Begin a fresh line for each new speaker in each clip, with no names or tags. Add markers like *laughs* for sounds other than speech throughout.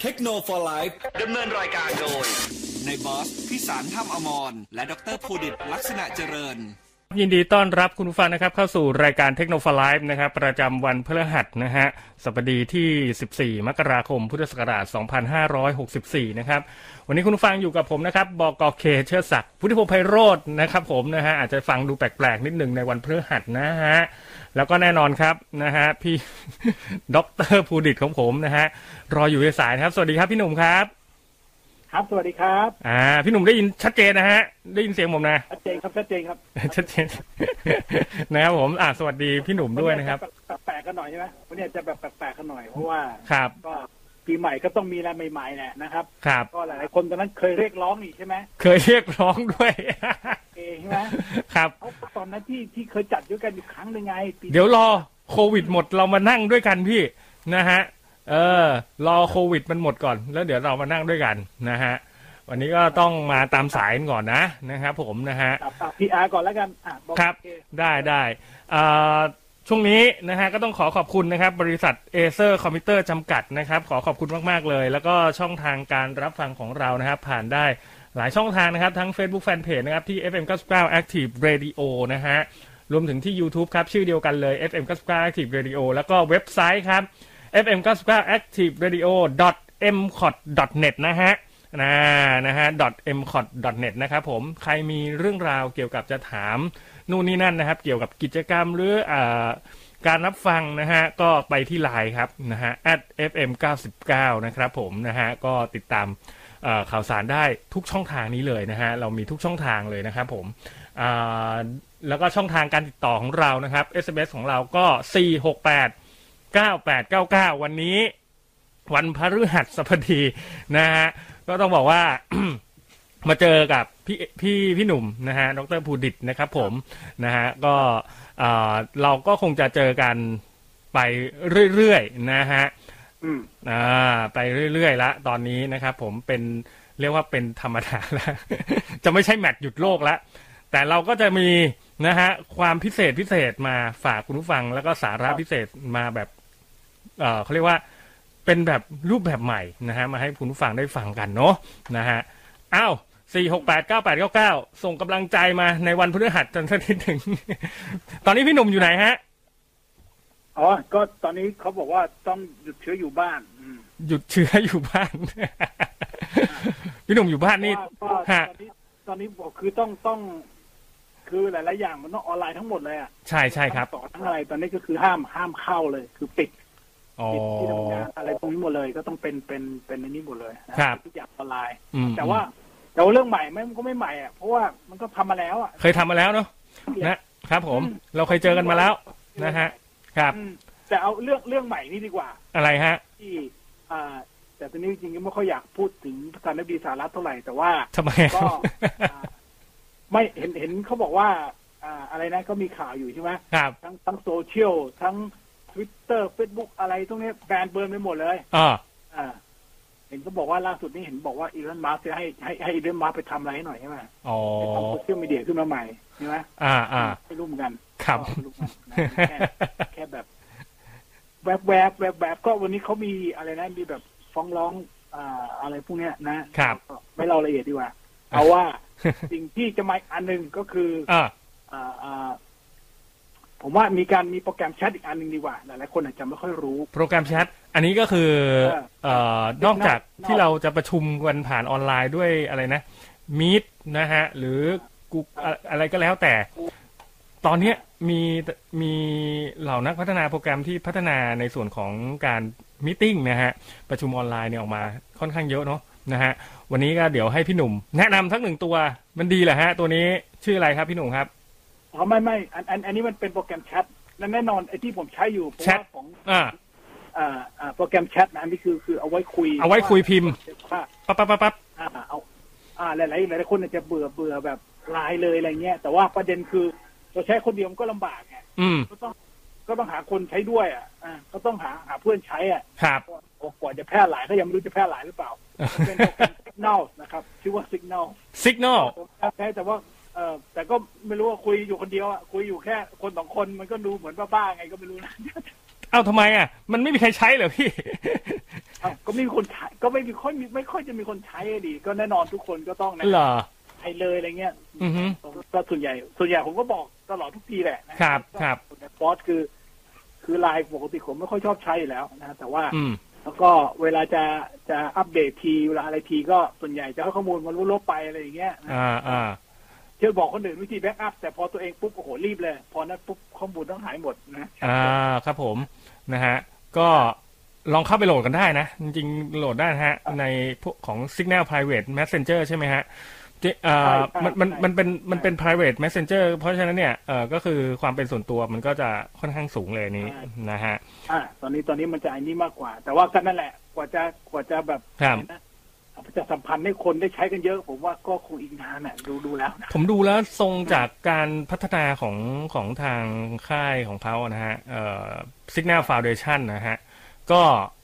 เทคโนโลยี
ดำเนินรายการโดย
ในบอสพิสารถ้ำอมร และดรภูดิตลักษณะเจริญ
ยินดีต้อนรับคุณผู้ฟังนะครับ เข้าสู่รายการเทคโนโลยีนะครับ ประจำวันพฤหัสนะฮะสัปดาห์ที่ 14 มกราคม พุทธศักราช 2564 นะครับ วันนี้คุณผู้ฟังอยู่กับผมนะครับ บอกอเคเชิดศักดิ์พุทธิพงศ์ไพโรจน์นะครับผมนะฮะอาจจะฟังดูแปลกๆ นิดหนึ่งในวันพฤหัสนะฮะ แล้วก็แน่นอนครับนะฮะพี่ *laughs* ดอกเตอรภูดิตของผมนะฮะรออยู่ในสายนะครับ สวัสดีครับพี่หนุ่มครับ
ครับ สวัสดีครับ
อ่าพี่หนุ่มได้ยินชัดเจนนะฮะได้ยินเสียงผมนะ
ชัดเจนครับชัดเจนครับ
ชัดเจ *laughs* น นะครับผมอ่าสวัสดีพี่หนุ่มด้วยนะครับ
แปลกๆกันหน่อยใช่ไหมวันนี้จะแบบแปลกๆกันหน่อย เพราะว่า
ครับ
ก็ปีใหม่ก็ต้องมีอะไรใหม่ๆแหละนะครับ
ครับ
ก็หลายๆคนตอนนั้นเคยเรียกร้องนี่ใช่ไหม
เคยเรียกร้องด้วย *laughs*
เองใช่ไหม
ครับ
เอาตอนนั้นที่ที่เคยจัดด้วยกันอยู่ครั้งหนึ่งไงปี
เดี๋ยวรอโควิดหมดเรามานั่งด้วยกันพี่นะฮะเออ รอโควิดมันหมดก่อนแล้วเดี๋ยวเรามานั่งด้วยกันนะฮะวันนี้ก็ต้องมาตามสายกันก่อนนะนะครับผมนะฮะ
พีอาร์ก่อนแล้วกันอ่ะอก
ครับ
โอเ
ได้ได้เอ่อช่วงนี้นะฮะก็ต้องขอขอบคุณนะครับ บริษัทเอเซอร์คอมพิวเตอร์จำกัดนะครับ ขอขอบคุณมาก ๆ เลย แล้วก็ช่องทางการรับฟังของเรานะครับ ผ่านได้หลายช่องทางนะครับ ทั้ง Facebook Fanpage นะครับ ที่ FM 99 Active Radio นะฮะ รวมถึงที่ YouTube ครับ ชื่อเดียวกันเลย FM 99 Active Radio แล้วก็เว็บไซต์ครับ FM 99 Active Radio m c o t net นะฮะ นะนะฮะ m c o t net นะครับผม ใครมีเรื่องราวเกี่ยวกับจะถาม นู่นนี่นั่นนะครับ เกี่ยวกับกิจกรรมหรืออาการรับฟังนะฮะ ก็ไปที่ไลน์ครับนะฮะ @fm 99นะครับผมนะฮะ ก็ติดตามเอ่อข่าวสารได้ทุกช่องทางนี้เลยนะฮะ เรามีทุกช่องทางเลยนะครับผม อ่าแล้วก็ช่องทางการติดต่อของเรานะครับ SMS ของเราก็ 468 9899 วันนี้ วันพฤหัสบดีนะฮะ ก็ต้องบอกว่า *coughs* มาเจอกับพี่พี่พี่หนุ่มนะฮะดรภูดิตนะครับผมนะฮะก็เอ่อเราก็คงจะเจอกันไปเรื่อยๆนะฮะ
อืม
อ่าไปเรื่อยๆละตอนนี้นะครับผมเป็นเรียกว่าเป็นธรรมดาแล้ว จะ *laughs* ไม่ใช่แมตช์หยุดโลกแล้วแต่เราก็จะมีนะฮะความพิเศษพิเศษมาฝากคุณผู้ฟัง แล้วก็สาระพิเศษมาแบบเออเขาเรียกว่าเป็นแบบรูปแบบใหม่นะฮะมาให้คุณผู้ฟังได้ฟังกันเนาะนะฮะอ้าวสี่หกแปดเก้าแปดเก้าเก้าส่งกำลังใจมาในวันพฤหัสจนสักนิดหนึ่ง *laughs* ตอนนี้พี่หนุ่มอยู่ไหนฮะ
อ๋อก็ตอนนี้เขาบอกว่าต้องหยุดเชื้ออยู่บ้านอืม
หยุดเชื้ออยู่บ้าน *laughs* พี่หนุ่มอยู่บ้านนี่
เพราะว่าก็
ฮะ
ตอนนี้ตอนนี้บอกคือต้องต้อง คือหลายๆอย่างมันต้องออนไลน์ทั้งหมดเลยอ่ะ
ใช่ใช่ครับ
ทั้งสอนทั้งอะไรตอนนี้ก็คือห้ามห้ามเข้าเลย คือปิด
อ๋อ
ปิดที่ทำงานอะไรพวกนี้หมดเลยก็ต้องเป็นเป็นเป็นในนี้หมดเลยนะครับ ทุกอย่างออนไลน์
อืม
แต่ว่าแต่ว่าเรื่องใหม่ไม่มันก็ไม่ใหม่อ่ะเพราะว่ามันก็ทำมาแล้วอ่ะ
เคยทำมาแล้วเนาะนะครับ ผม
อืม
เราเคยเจอกันมาแล้วนะฮะ ครับ
อืมแต่เอาเรื่องเรื่องใหม่นี่ดีกว่า
อะไรฮะ
ที่อ่าแต่ตอนนี้จริงๆก็ไม่ค่อยอยากพูดถึงสารดีสารัฐเท่าไหร่แต่
*laughs*
ว่า
ทำไมค
ก็
รับ
อ่าไม่เห็นเห็นเขาบอกว่า อ่าอะไรนะก็มีข่าวอยู่ใช่ไหม
ครับ
ทั้งทั้งโซเชียลทั้งทวิตเตอร์เฟซบุ๊กอะไรตรงนี้ยแบนเบิร์นไปหมดเลย
อ่อ
อ่าเห็นก็บอกว่าล่าสุดนี้เห็นบอกว่าอีลอนมัสจะให้ให้ให้อีลอนมัสไปทำอะไรให้หน่อยใช่ไหม
อ๋อ
ไปทำโซเชียลมีเดียขึ้นมาใหม่ใช่ไหม
อ่าอ่า
ไม่รู้เหมือนกัน
ครับ
ก็ไม่รู้เหมือนกันนะแค่แค่แบบแวบแวบแวบแวบก็วันนี้เขามีอะไรนะมีแบบฟ้องร้องอ่าอะไรพวกเนี้ยนะครับ ก็ไม่เล่ารายละเอียดดีกว่า เอาว่าสิ่งที่จะมาอีกอันหนึ่งก็คือ
อ่า
อ่าอ่าผมว่ามีการมีโปรแกรมแชทอีกอันหนึ่งดีกว่าหลายๆคนอาจจะไม่ค่อยรู้
โปรแกรมแชทอันนี้ก็คือเอ่อนอกจากที่เราจะประชุมกันผ่านออนไลน์ด้วยอะไรนะมีดนะฮะ หรือกูอะไรก็แล้วแต่ ตอนเนี้ยมีมีเหล่านักพัฒนาโปรแกรมที่พัฒนาในส่วนของการมตติ팅นะฮะ ประชุมออนไลน์เนี่ยออกมาค่อนข้างเยอะเนาะนะฮะ วันนี้ก็เดี๋ยวให้พี่หนุ่ม แนะนำสักหนึ่งตัวมันดีเหรอฮะ ตัวนี้ชื่ออะไรครับพี่หนุ่มครับ
อ๋อไม่ไม่อันอันอันนี้มันเป็นโปรแกรมแชทและแน่นอนไอ้ที่ผมใช้อยู่ผม
แชท
ว่าของ
อ่า
อ่าอ่าโปรแกรมแชทนะอันนี้คือคือเอาไว้คุย
เอาไว้คุยพิมพ์
ว่า
ปั๊บปั๊บปั๊บปั๊บ
อ่าเอาอ่าหลายหลายหลายคนอาจจะเบื่อเบื่อแบบไลน์เลยอะไรเงี้ยแต่ว่าประเด็นคือเราใช้คนเดียวมันก็ลำบากไง
อืม
ก็ต้องก็ต้องหาคนใช้ด้วยอ่ะอ่าก็ต้องหาหาเพื่อนใช้อ่ะ
ครับ
ก็ก็กว่าจะแพร่หลายก็ยังไม่รู้จะแพร่หลายหรือเปล่ามันเป็นโปรแกรม Signal นะครับชื่อว่า Signal
Signal
ผมใช้แต่ว่าเออแต่ก็ไม่รู้ว่าคุยอยู่คนเดียวอ่ะคุยอยู่แค่คนสองคนมันก็ดูเหมือนบ้าๆไงก็ไม่รู้นะ *laughs*
เอ้าทำไมอ่ะ มันไม่มีใครใช้เหรอพี่
อ้าวก็ไม่มีคนใช้ก็ไม่มีค่อยมีไม่ค่อยจะมีคนใช้อะดี ก็แน่นอนทุกคนก็ต้องนะ
เหรอ
ใช้เลยอะไรเงี้ย
อือฮึ
ก็ส่วนใหญ่ ส่วนใหญ่ผมก็บอกตลอดทุกทีแหละนะครับ
ครับ
แต่ฟอสคือ คือไลน์ปกติผมไม่ค่อยชอบใช้อยู่แล้วนะแต่ว่า
อืม
แล้วก็เวลาจะจะอัปเดตทีเวลาอะไรทีก็ส่วนใหญ่จะให้ข้อมูลมันลดลบๆไปอะไรอย่างเงี้ยนะ
อ่าอ่า
เชื่อบอกคนอื่นวิธีแบ็กอัพแต่พอตัวเองปุ๊บโอ้โหรีบเลย พอนั้นปุ๊บข้อมูลต้องหายหมดนะ
อ่าครับผมนะฮะก็ลองเข้าไปโหลดกันได้นะ จริงๆโหลดได้นะฮะ ในพวกของ Signal Private Messenger ใช่ไหมฮะที่เอ่อมันมันมันเป็นมันเป็น private messenger เพราะฉะนั้นเนี่ยเออก็คือความเป็นส่วนตัวมันก็จะค่อนข้างสูงเลยนี้นะฮะ
อ่าตอนนี้ตอนนี้มันจะไอ้นี่มากกว่า แต่ว่าก็นั่นแหละกว่าจะกว่าจะแบบ
ครับ
นะประชาสัมพันธ์ให้คนได้ใช้กันเยอะ ผมว่าก็คงอีกนานอ่ะดูดูแล้วนะ
ผมดูแล้วทรงจากการพัฒนาของของทางค่ายของเขาอะนะฮะเอ่อ Signal Foundation นะฮะ ก็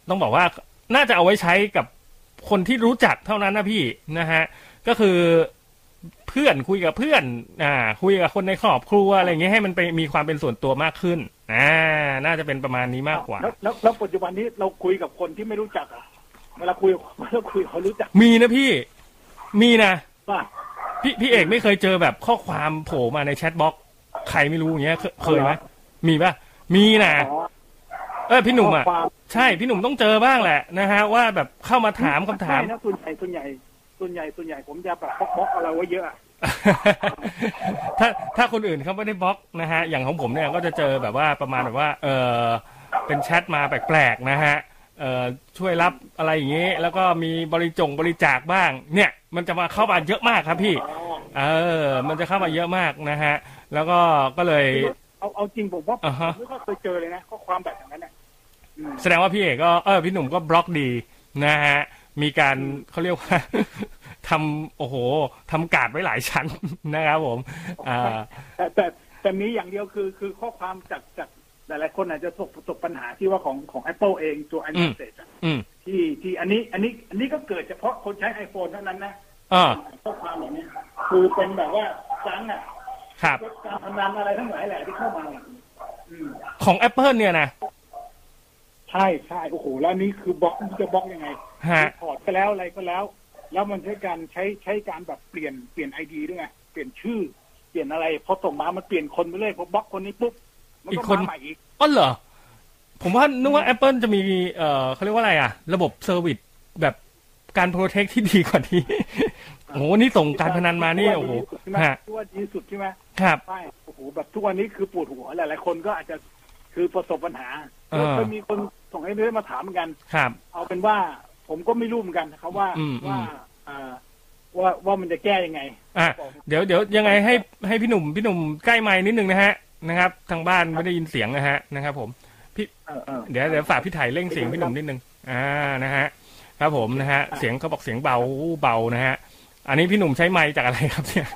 ต้องบอกว่าน่าจะเอาไว้ใช้กับคนที่รู้จักเท่านั้นนะพี่นะฮะ ก็คือเพื่อนคุยกับเพื่อนอ่าคุยกับคนในครอบครัวอะไรอย่างเงี้ยให้มันไปมีความเป็นส่วนตัวมากขึ้นอ่าน่าจะเป็นประมาณนี้มากกว่า
แล้วแล้วแล้วปัจจุบันนี้เราคุยกับคนที่ไม่รู้จักอ่ะเวลาคุยเวลาคุยเขารู้จัก
มีนะพี่ มีนะ
ป่ะ
พี่พี่เอกไม่เคยเจอแบบข้อความโผล่มาในแชทบล็อกใครไม่รู้อย่างเงี้ยเคเคยไหมมีปะมีนะ
อ๋อ
เออพี่หนุ่มอ่ะ
ข้ความ
ใช่พี่หนุ่มต้องเจอบ้างแหละนะฮะว่าแบบเข้ามาถามคำถาม
ไนะส่วนใหญ่ส่วนใหญ่ส่วนใหญ่ส่วนใหญ่ผมจะแบบบล็อกๆอะไรไว้เยอะอะ
*laughs* ถ้าถ้าคนอื่นเขาไม่ได้บล็อกนะฮะอย่างของผมเนี่ยก็จะเจอแบบว่าประมาณแบบว่าเออเป็นแชทมาแปลกๆนะฮะเออช่วยรับอะไรอย่างงี้ แล้วก็มีบริจงบริจาคบ้าง เนี่ย มันจะมาเข้ามาเยอะมากครับพี่ เออ มันจะเข้ามาเยอะมากนะฮะแล้วก็ก็เลย
เอาเอาจริงผมว่าผ
อ่าฮะ
มไม่ค่อยเคยเจอเลยนะข้อความแบบอย่างนั้นเนี่ยอืม
แสดงว่าพี่เอกก็เออพี่หนุ่มก็บล็อกดีนะฮะมีการเขาเรียกว่า *laughs* ทำโอ้โหทำการดไว้หลายชั้น นะครับผมอ่า
แต่แต่แต่มีอย่างเดียวคือคือข้อความจากจากหลายๆคนอาจจะตกตกปัญหาที่ว่าของของ Apple เองตัว iMessage อะ
อืม
ที่ที่อันนี้อันนี้อันนี้ก็เกิดเฉพาะคนใช้ iPhone เท่านั้นนะ
อ่า
ข้อความแบบนี้คือเป็นแบบว่าจังอะ
ครับ
เว็บการพนันอะไรทั้งหลายแหละที่เข้ามาเนี่ยอืม
ของ Apple เนี่ยนะ
ใช่ใช่โอ้โห แล้วนี่คือบล็อกจะบล็อกยังไง
ฮะ
ถอดไปแล้วอะไรก็แล้ว แล้วมันใช้การใช้ใช้การแบบเปลี่ยนเปลี่ยนไอดีด้วยไงเปลี่ยนชื่อ เปลี่ยนอะไรพอส่งมามันเปลี่ยนคนไปเรื่อยพอบล็อกคนนี้ปุ๊บมั
อีก
ก็
คน
มาใหม่อีก
อ๋อเหรอ ผมว่านึกว่า Apple จะมีเอ่อเขาเรียกว่าอะไรอ่ะ ระบบเซอร์วิสแบบการโปรเทคที่ดีกว่านี้ *laughs* โอ้โหนี่ส่งการพนันมานี่โอ้โห
ที่ว่า
ฮะ
ที่ว่าดีที่สุดใช่ไหม
ครับ
ใช่โอ้โหแบบทุกวันนี้คือปวดหัวหลายๆคนก็อาจจะคือประสบปัญหา
เออ
เคยมีคนส่งไอ้เรื่องมาถามเหมือนกัน
ครับ
เอาเป็นว่าผมก็ไม่รู้เหมือนกันนะครับว่า
อืมอืม
ว่าอ่าว่าว่ามันจะแก้ยังไง
อ่ะเดี๋ยวเดี๋ยวยังไงให้ให้พี่หนุ่มพี่หนุ่มใกล้ไมค์นิดนึงนะฮะนะครับ ทางบ้านไม่ได้ยินเสียงนะฮะนะครับ ผม
เออเออ
เดี๋ยวเดี๋ยวฝากพี่ไถ่เร่งเสียงพี่หนุ่มนิดนึงอ่านะฮะครับผมนะฮะเสียงเขาบอกเสียงเบาเบานะฮะอันนี้พี่หนุ่มใช้ไมค์จากอะไรครับเนี่ย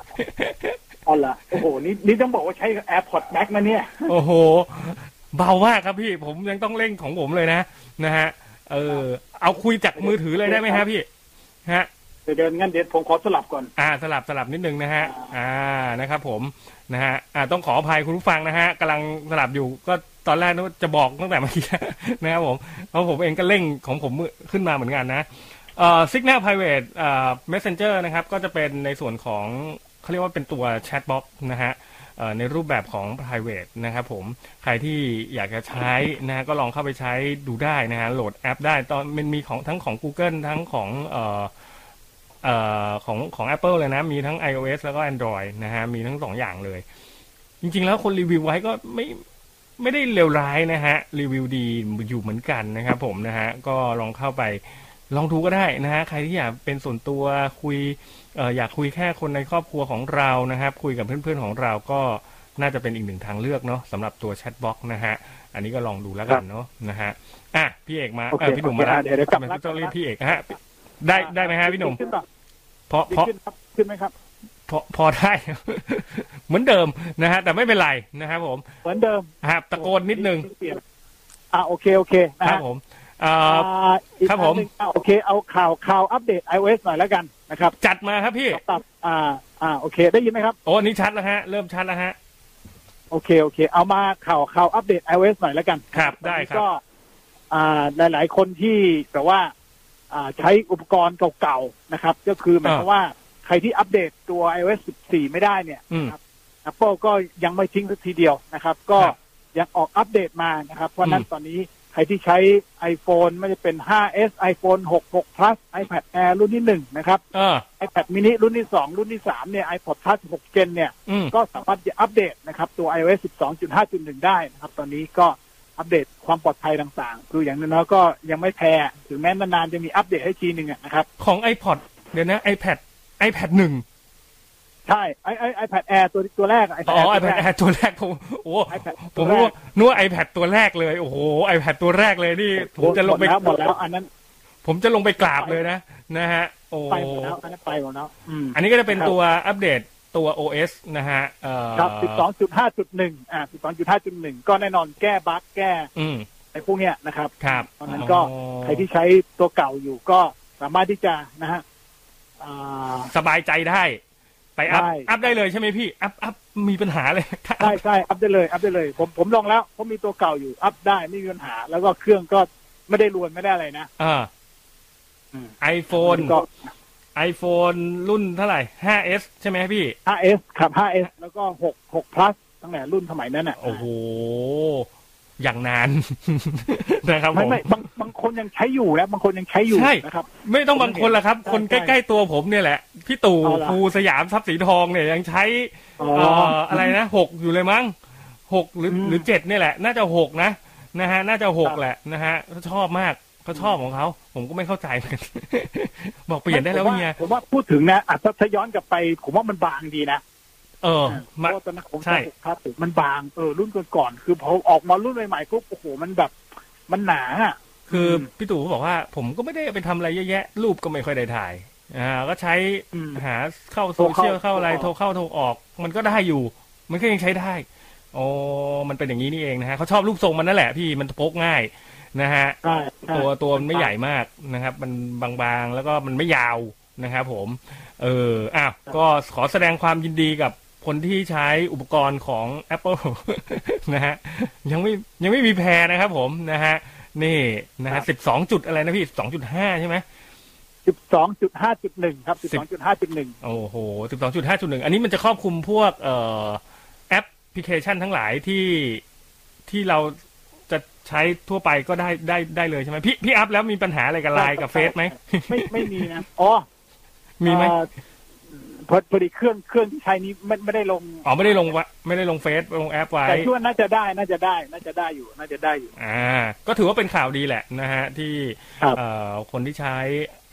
*laughs*
อ๋อเหรอโอ้โห นี่นี่ต้องบอกว่าใช้ AirPods Max นะเนี่ย
โอ้โห เบามากครับพี่ผมยังต้องเร่งของผมเลยนะนะฮะเออเอาคุยจากมือถือเลยได้ไหมฮะพี่ฮะ
เดี๋ยวเดินงั้นเดี๋ยวผมขอสลับก่อน
อ่าสลับสลับนิดนึงนะฮะ อ่านะครับผมนะฮะอ่าต้องขออภัยคุณผู้ฟังนะฮะกำลังสลับอยู่ก็ตอนแรกนึกว่าจะบอกตั้งแต่เมื่อกี้ นะครับผมเพราะผมเองก็เร่งของผมขึ้นมาเหมือนกันนะเอ่อ Signal Private เอ่อ Messenger นะครับก็จะเป็นในส่วนของเขาเรียกว่าเป็นตัวแชทบ็อกนะฮะเอ่อในรูปแบบของ private นะครับผมใครที่อยากจะใช้นะฮะก็ลองเข้าไปใช้ดูได้นะฮะโหลดแอปได้ตอนมันมีของทั้งของ Google ทั้งของเอ่อ เอ่อของของ Apple เลยนะ มีทั้ง iOS แล้วก็ Android นะฮะ มีทั้งสองอย่างเลย จริงๆแล้วคนรีวิวไว้ก็ไม่ไม่ได้เลวร้ายนะฮะ รีวิวดีอยู่เหมือนกันนะครับผมนะฮะ ก็ลองเข้าไปลองดูก็ได้นะฮะ ใครที่อยากเป็นส่วนตัวคุยเอ่ออยากคุยแค่คนในครอบครัวของเรานะครับ คุยกับเพื่อนๆของเราก็น่าจะเป็นอีกหนึ่งทางเลือกเนาะสำหรับตัวแชทบ็อกนะฮะ อันนี้ก็ลองดูแล้วกันเนาะนะฮะอ่ะพี่เอกมา
โอเค
เออพี่หนุ่มมาแล้ว
โอเคอ่ะเดี๋ยวเดี๋ยวกลับ
ทำไม
มา
ต้องเรียกพี่เอกฮะได้ได้ไหมฮะพี่หนุ่ม
ขึ้นป่ะ
เพราะเพราะ
ขึ้นครับขึ้นไหมครับ
พอพอได้ *laughs* เหมือนเดิมนะฮะ แต่ไม่เป็นไรนะครับผม
เหมือนเดิม
ฮะตะโกนนิดนึง
เปลี่ยนอ่าโอเค โอเคนะครับ
ผมเอ่อ
อ่าอีก
ครับผม
อันหนึ่งอ่ะโอเค เอาข่าวข่าวอัปเดต iOS หน่อยแล้วกันนะครับ
จัดมาครับพี่
ตับอ่า อ่า โอเค ได้ยินไหมครับ
โอ้อันนี้ชัดแล้วฮะ เริ่มชัดแล้วฮะ
โอเค โอเค เอามาข่าวข่าวอัปเดต iOS หน่อยแล้วกัน
ครับได้ครับ
ก็ อ่าหลาย ๆ คนที่แบบว่า อ่าใช้อุปกรณ์เก่าๆนะครับ ก็คือหมายความว่าใครที่อัปเดตตัว iOS 14 ไม่ได้เนี่ย
อืม
Apple ก็ยังไม่ทิ้งสักทีเดียวนะครับ ก็
ครับ
ยังออกอัปเดตมานะครับ เพราะฉะนั้น
อืม
ตอนนี้ใครที่ใช้ iPhone ไม่ว่าจะเป็น 5s iPhone 6 6 plus iPad Air รุ่นที่ 1 นะครับ
เออ
iPad mini รุ่นที่ 2 รุ่นที่ 3 เนี่ย iPod touch 6 gen เนี่ย
อืม
ก็สามารถจะอัปเดตนะครับ ตัว iOS 12.5.1 ได้นะครับ ตอนนี้ก็อัปเดตความปลอดภัยต่างๆ คืออย่างน้อยๆก็ยังไม่แพ้ถึงแม้นานๆจะมีอัปเดตให้ทีหนึ่งอะนะครับ
ของ iPod เดี๋ยวนะ iPad iPad หนึ่ง
ใช่ไอไอ iPad Air ตัวตัวแรกอะ
อ๋
iPad
อ
Air
iPad Air
ตัวแรก
ตัวแรกผมโอ้
iPad
ผ
ตั
ม
วแร
นึก
ก
ว่านึกว่า iPad ตัวแรกเลย โอ้โห iPad ตัวแรกเลยนี่ ผมจะลงไป
หมดแล้วหมดแล้วอันนั้น
ผมจะลงไปกราบเลยนะ นะฮะ โอ้
ไปหมดแล้วอันนั้นไปหมดแล้วอืม
อันนี้ก็จะเป็นตัวอัปเดตตัว OS นะฮะเอ่อ
ครับ 12.5.1 อ่า 12.5.1 ก็แน่นอนแก้บั๊กแก้
อืม
ไอ้พวกเนี้ยนะครับ
ครับ
ตอนนั้นก็
อ๋อ
ใครที่ใช้ตัวเก่าอยู่ก็สามารถที่จะนะฮะอ่า
สบายใจได้ ไปอัพ
ได้
อัพได้เลยใช่ไหมพี่ อัพ อัพ มีปัญหาเลยถ้าอั
ใช่
พ
ใช่อัพได้เลย อัพได้เลย ผมผมลองแล้วผมมีตัวเก่าอยู่ อัพได้ไม่มีปัญหา แล้วก็เครื่องก็ไม่ได้รวนไม่ได้อะไรนะ
เออ
อืม
ไอโฟน
ก็
iPhone รุ่นเท่าไหร่ 5s ใช่ไหมพี่
5s ครับ 5s แล้วก็6 6 plus ตั้งแต่รุ่นสมัยนั้นอ่ะ
โอ้โห อย่างนาน *laughs* นะครับผ
ไม่
ม
ไม่บางบางคนยังใช้อยู่นะบางคนยังใช้อยู่
ใช่
นะครับ
ไม่ต้องบางคนละครับ
ใช่
คนใกล้ ๆ ตัวผมเนี่ยแหละ พี่ตู่
เอาล่ะ
ภูสยามทรัพย์สีทองเนี่ยยังใช้
อ๋อ
เอ่ออะไรนะหกอยู่เลยมั้งหกหรืออ
ม
หรือเจ็ดเนี่ยแหละ น่าจะหกนะนะฮะ น่าจะหก
ครับ
แหละนะฮะเขาชอบมากเขาชอบของเขา ผมก็ไม่เข้าใจเหมือนกัน *laughs* บอกเปลี่ยนได้แล้ว
ผม
เนีย
ผมว่าพูดถึงนะอ่ะถ้าถ้าย้อนกลับไป ผมว่ามันบางดีนะ
เออ
เพ
มา
ราะว่าตอนนั้นผม
ใช่
ใช้6 plus มันบางเออรุ่นก่อนๆคือพอออกมารุ่นใหม่ๆปุ๊บโอ้โหมันแบบมันหนาอะ
คืออ
ม
พี่ตู่เขาบอกว่าผมก็ไม่ได้ไปทำอะไรเยอะแยะ รูปก็ไม่ค่อยได้ถ่ายอ่าก็ใช้
อืม
หาเข้าโซเชียล
โทรเข้า
เข้าอะไรโท
โท
ร
ร
เข้าโทรออก มันก็ได้อยู่ มันก็ยังใช้ได้โอ้มันเป็นอย่างนี้นี่เองนะฮะเขาชอบรูปทรงมันนั่นแหละพี่มันพกง่ายนะฮะ
ใช่ใช่
ตัวตัวมันไม่ใหญ่มากนะครับ มันบางๆแล้วก็มันไม่ยาวนะครับผม เอออ้าวก็ขอแสดงความยินดีกับคนที่ใช้อุปกรณ์ของ Apple *laughs* นะฮะยังไม่ยังไม่มีแพรนะครับผมนะฮะนี่นะ
ครั
ฮะ
บ
สิบสองจุดอะไรนะพี่สองจุดห้าใช่ไหม
12.5.1 ครับ 12.5.1
โอ้โหสิบสองจุดห้าจุดหนึ่งอันนี้มันจะครอบคลุมพวกเอ่อแอปพลิเคชันทั้งหลายที่ที่เราจะใช้ทั่วไปก็ได้ได้ได้เลยใช่ไหมพี่พี่อัพแล้วมีปัญหาอะไรกับไลน์กับเฟซไหม
ไม่ไม่มี
*laughs*
นะ อ๋อ
มีไหม
เอ่อพอพอดีเครื่องเครื่องที่ใช้นี้ไม่ไม่ได้ลง
อ๋อไม่ได้ลงวะไม่ได้ลงเฟซลงแอปไว้
แต่ช่วาน่าจะได้ น่าจะได้ น่าจะได้อยู่ น่าจะได้อยู่
อ่าก็ถือว่าเป็นข่าวดีแหละนะฮะที่
ครับ
เอ่อคนที่ใช้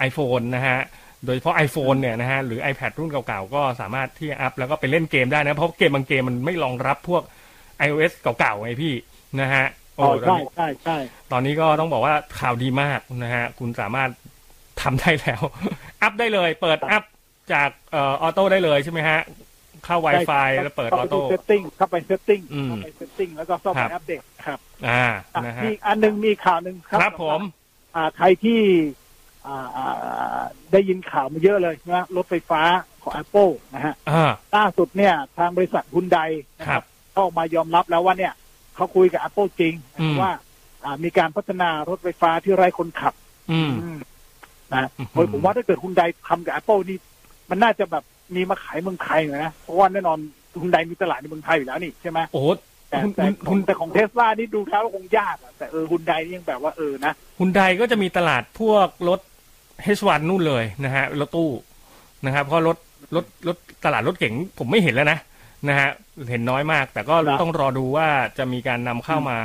iPhone นะฮะโดยเฉพาะ iPhone เนี่ยนะฮะหรือ iPad รุ่นเก่าๆ ก็สามารถที่จะอัพแล้วก็ไปเล่นเกมได้นะ เพราะเกมบางเกมมันไม่รองรับพวก iOS เก่าๆไงพี่นะฮะโอ้
อ๋อ
ตอน
ใช่
นี้
ใช่ใช่
ตอนนี้ก็ต้องบอกว่าข่าวดีมากนะฮะคุณสามารถทำได้แล้ว *laughs* อัพได้เลย เปิดอัพจากเอ่อออโต้ได้เลยใช่ไหมฮะ เข้า Wi-Fi แล้วเปิดออโต้
เซตติ้งเข้าไปเซตติ้ง
อืม
เข้าไปเซตติ้งแล้วก็เข้า
ค
ไป
รับ
อัปเดตครับ
อ่า
อ่ะ
นะฮะ
มีอีกอันหนึงมีข่าวหนึ่งครับ
ครับผม
อ่าใครที่อ่าอ่าได้ยินข่าวมาเยอะเลยนะรถไฟฟ้าของ Apple นะฮะ
อ่า
ล่าสุดเนี่ยทางบริษัทฮุนได
ครับ
ก็ออกมายอมรับแล้วว่าเนี่ยเขาคุยกับ Apple จริง
อืม
ว่าอ่ามีการพัฒนารถไฟฟ้าที่ไร้คนขับ
อืม
นะ
อืม
โดยผมว่าถ้าเกิดคุณใดทำกับ Apple นี่ มันน่าจะแบบมีมาขายเมืองไทยหน่อยนะเพราะว่าแน่นอนคุณใดมีตลาดในเมืองไทยอยู่แล้วนี่ใช่ไหม
โอ้โห
แต่
คุณ
แต่ขอ
คุ
ง
ณ
แต่ของเทสลานี่ดูแล้วคงยากอะแต่เออคุณใดนี่ยังแบบว่าเออนะ
ฮุนไดก็จะมีตลาดพวกรถ H1 นู่นเลยนะฮะรถตู้นะครับเพราะรถรถรถตลาดรถเก๋งผมไม่เห็นแล้วนะนะฮะเห็นน้อยมาก แต่ก็ต้องรอดูว่าจะมีการนำเข้ามา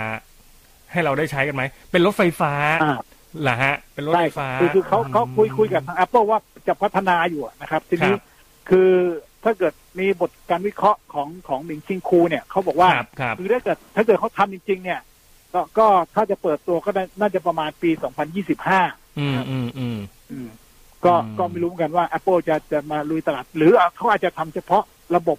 ให้เราได้ใช้กันไหม เป็นรถไฟฟ้า
อ่า
เหรอฮะ เป็นรถไฟฟ้า
คือคือเขาเขาคุยคุยกับทาง Apple ว่าจะพัฒนาอยู่อะนะครับ ทีนี้
ครับ
คือถ้าเกิดมีบทการวิเคราะห์ของของหมิงชิงคูเนี่ยเขาบอกว่า
ครับครับ
คือถ้าเกิดถ้าเกิดเขาทำจริง ๆ เนี่ย ก็ก็ถ้าจะเปิดตัวก็ได้น่าจะประมาณปี 2025
อืมอืมอืม
อืมก็
อืม
ก็ไม่รู้เหมือนกันว่า Apple จะจะมาลุยตลาด หรือเขาอาจจะทำเฉพาะระบบ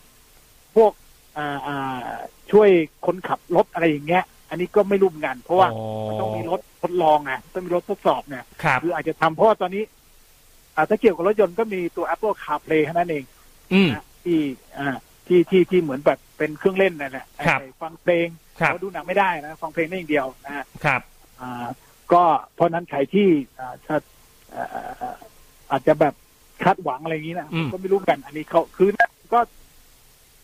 พวกอ่าอ่าช่วยคนขับรถอะไรอย่างเงี้ย อันนี้ก็ไม่รู้เหมือนกัน เพราะว่ามันต้องมีรถทดลองไงต้องมีรถทดสอบเนี่ย
ครับ
คืออาจจะทำเพราะว่าตอนนี้อ่าถ้าเกี่ยวกับรถยนต์ก็มีตัว Apple CarPlay แค่นั้นเอง
อืม
นะที่อ่าที่ที่ที่เหมือนแบบเป็นเครื่องเล่นนั่นแหละ
ครับ
ไอ้ฟังเพลง
ครับ
เพาะดูหนังไม่ได้นะ ฟังเพลงได้อย่างเดียวนะฮะ
ครับ
อ่า ก็เพราะฉะนั้นใครที่อ่าถ้าเอ่ออาจจะแบบคาดหวังอะไรอย่างนี้นะ
อืม
ก็ไม่รู้กัน อันนี้เขาคือก็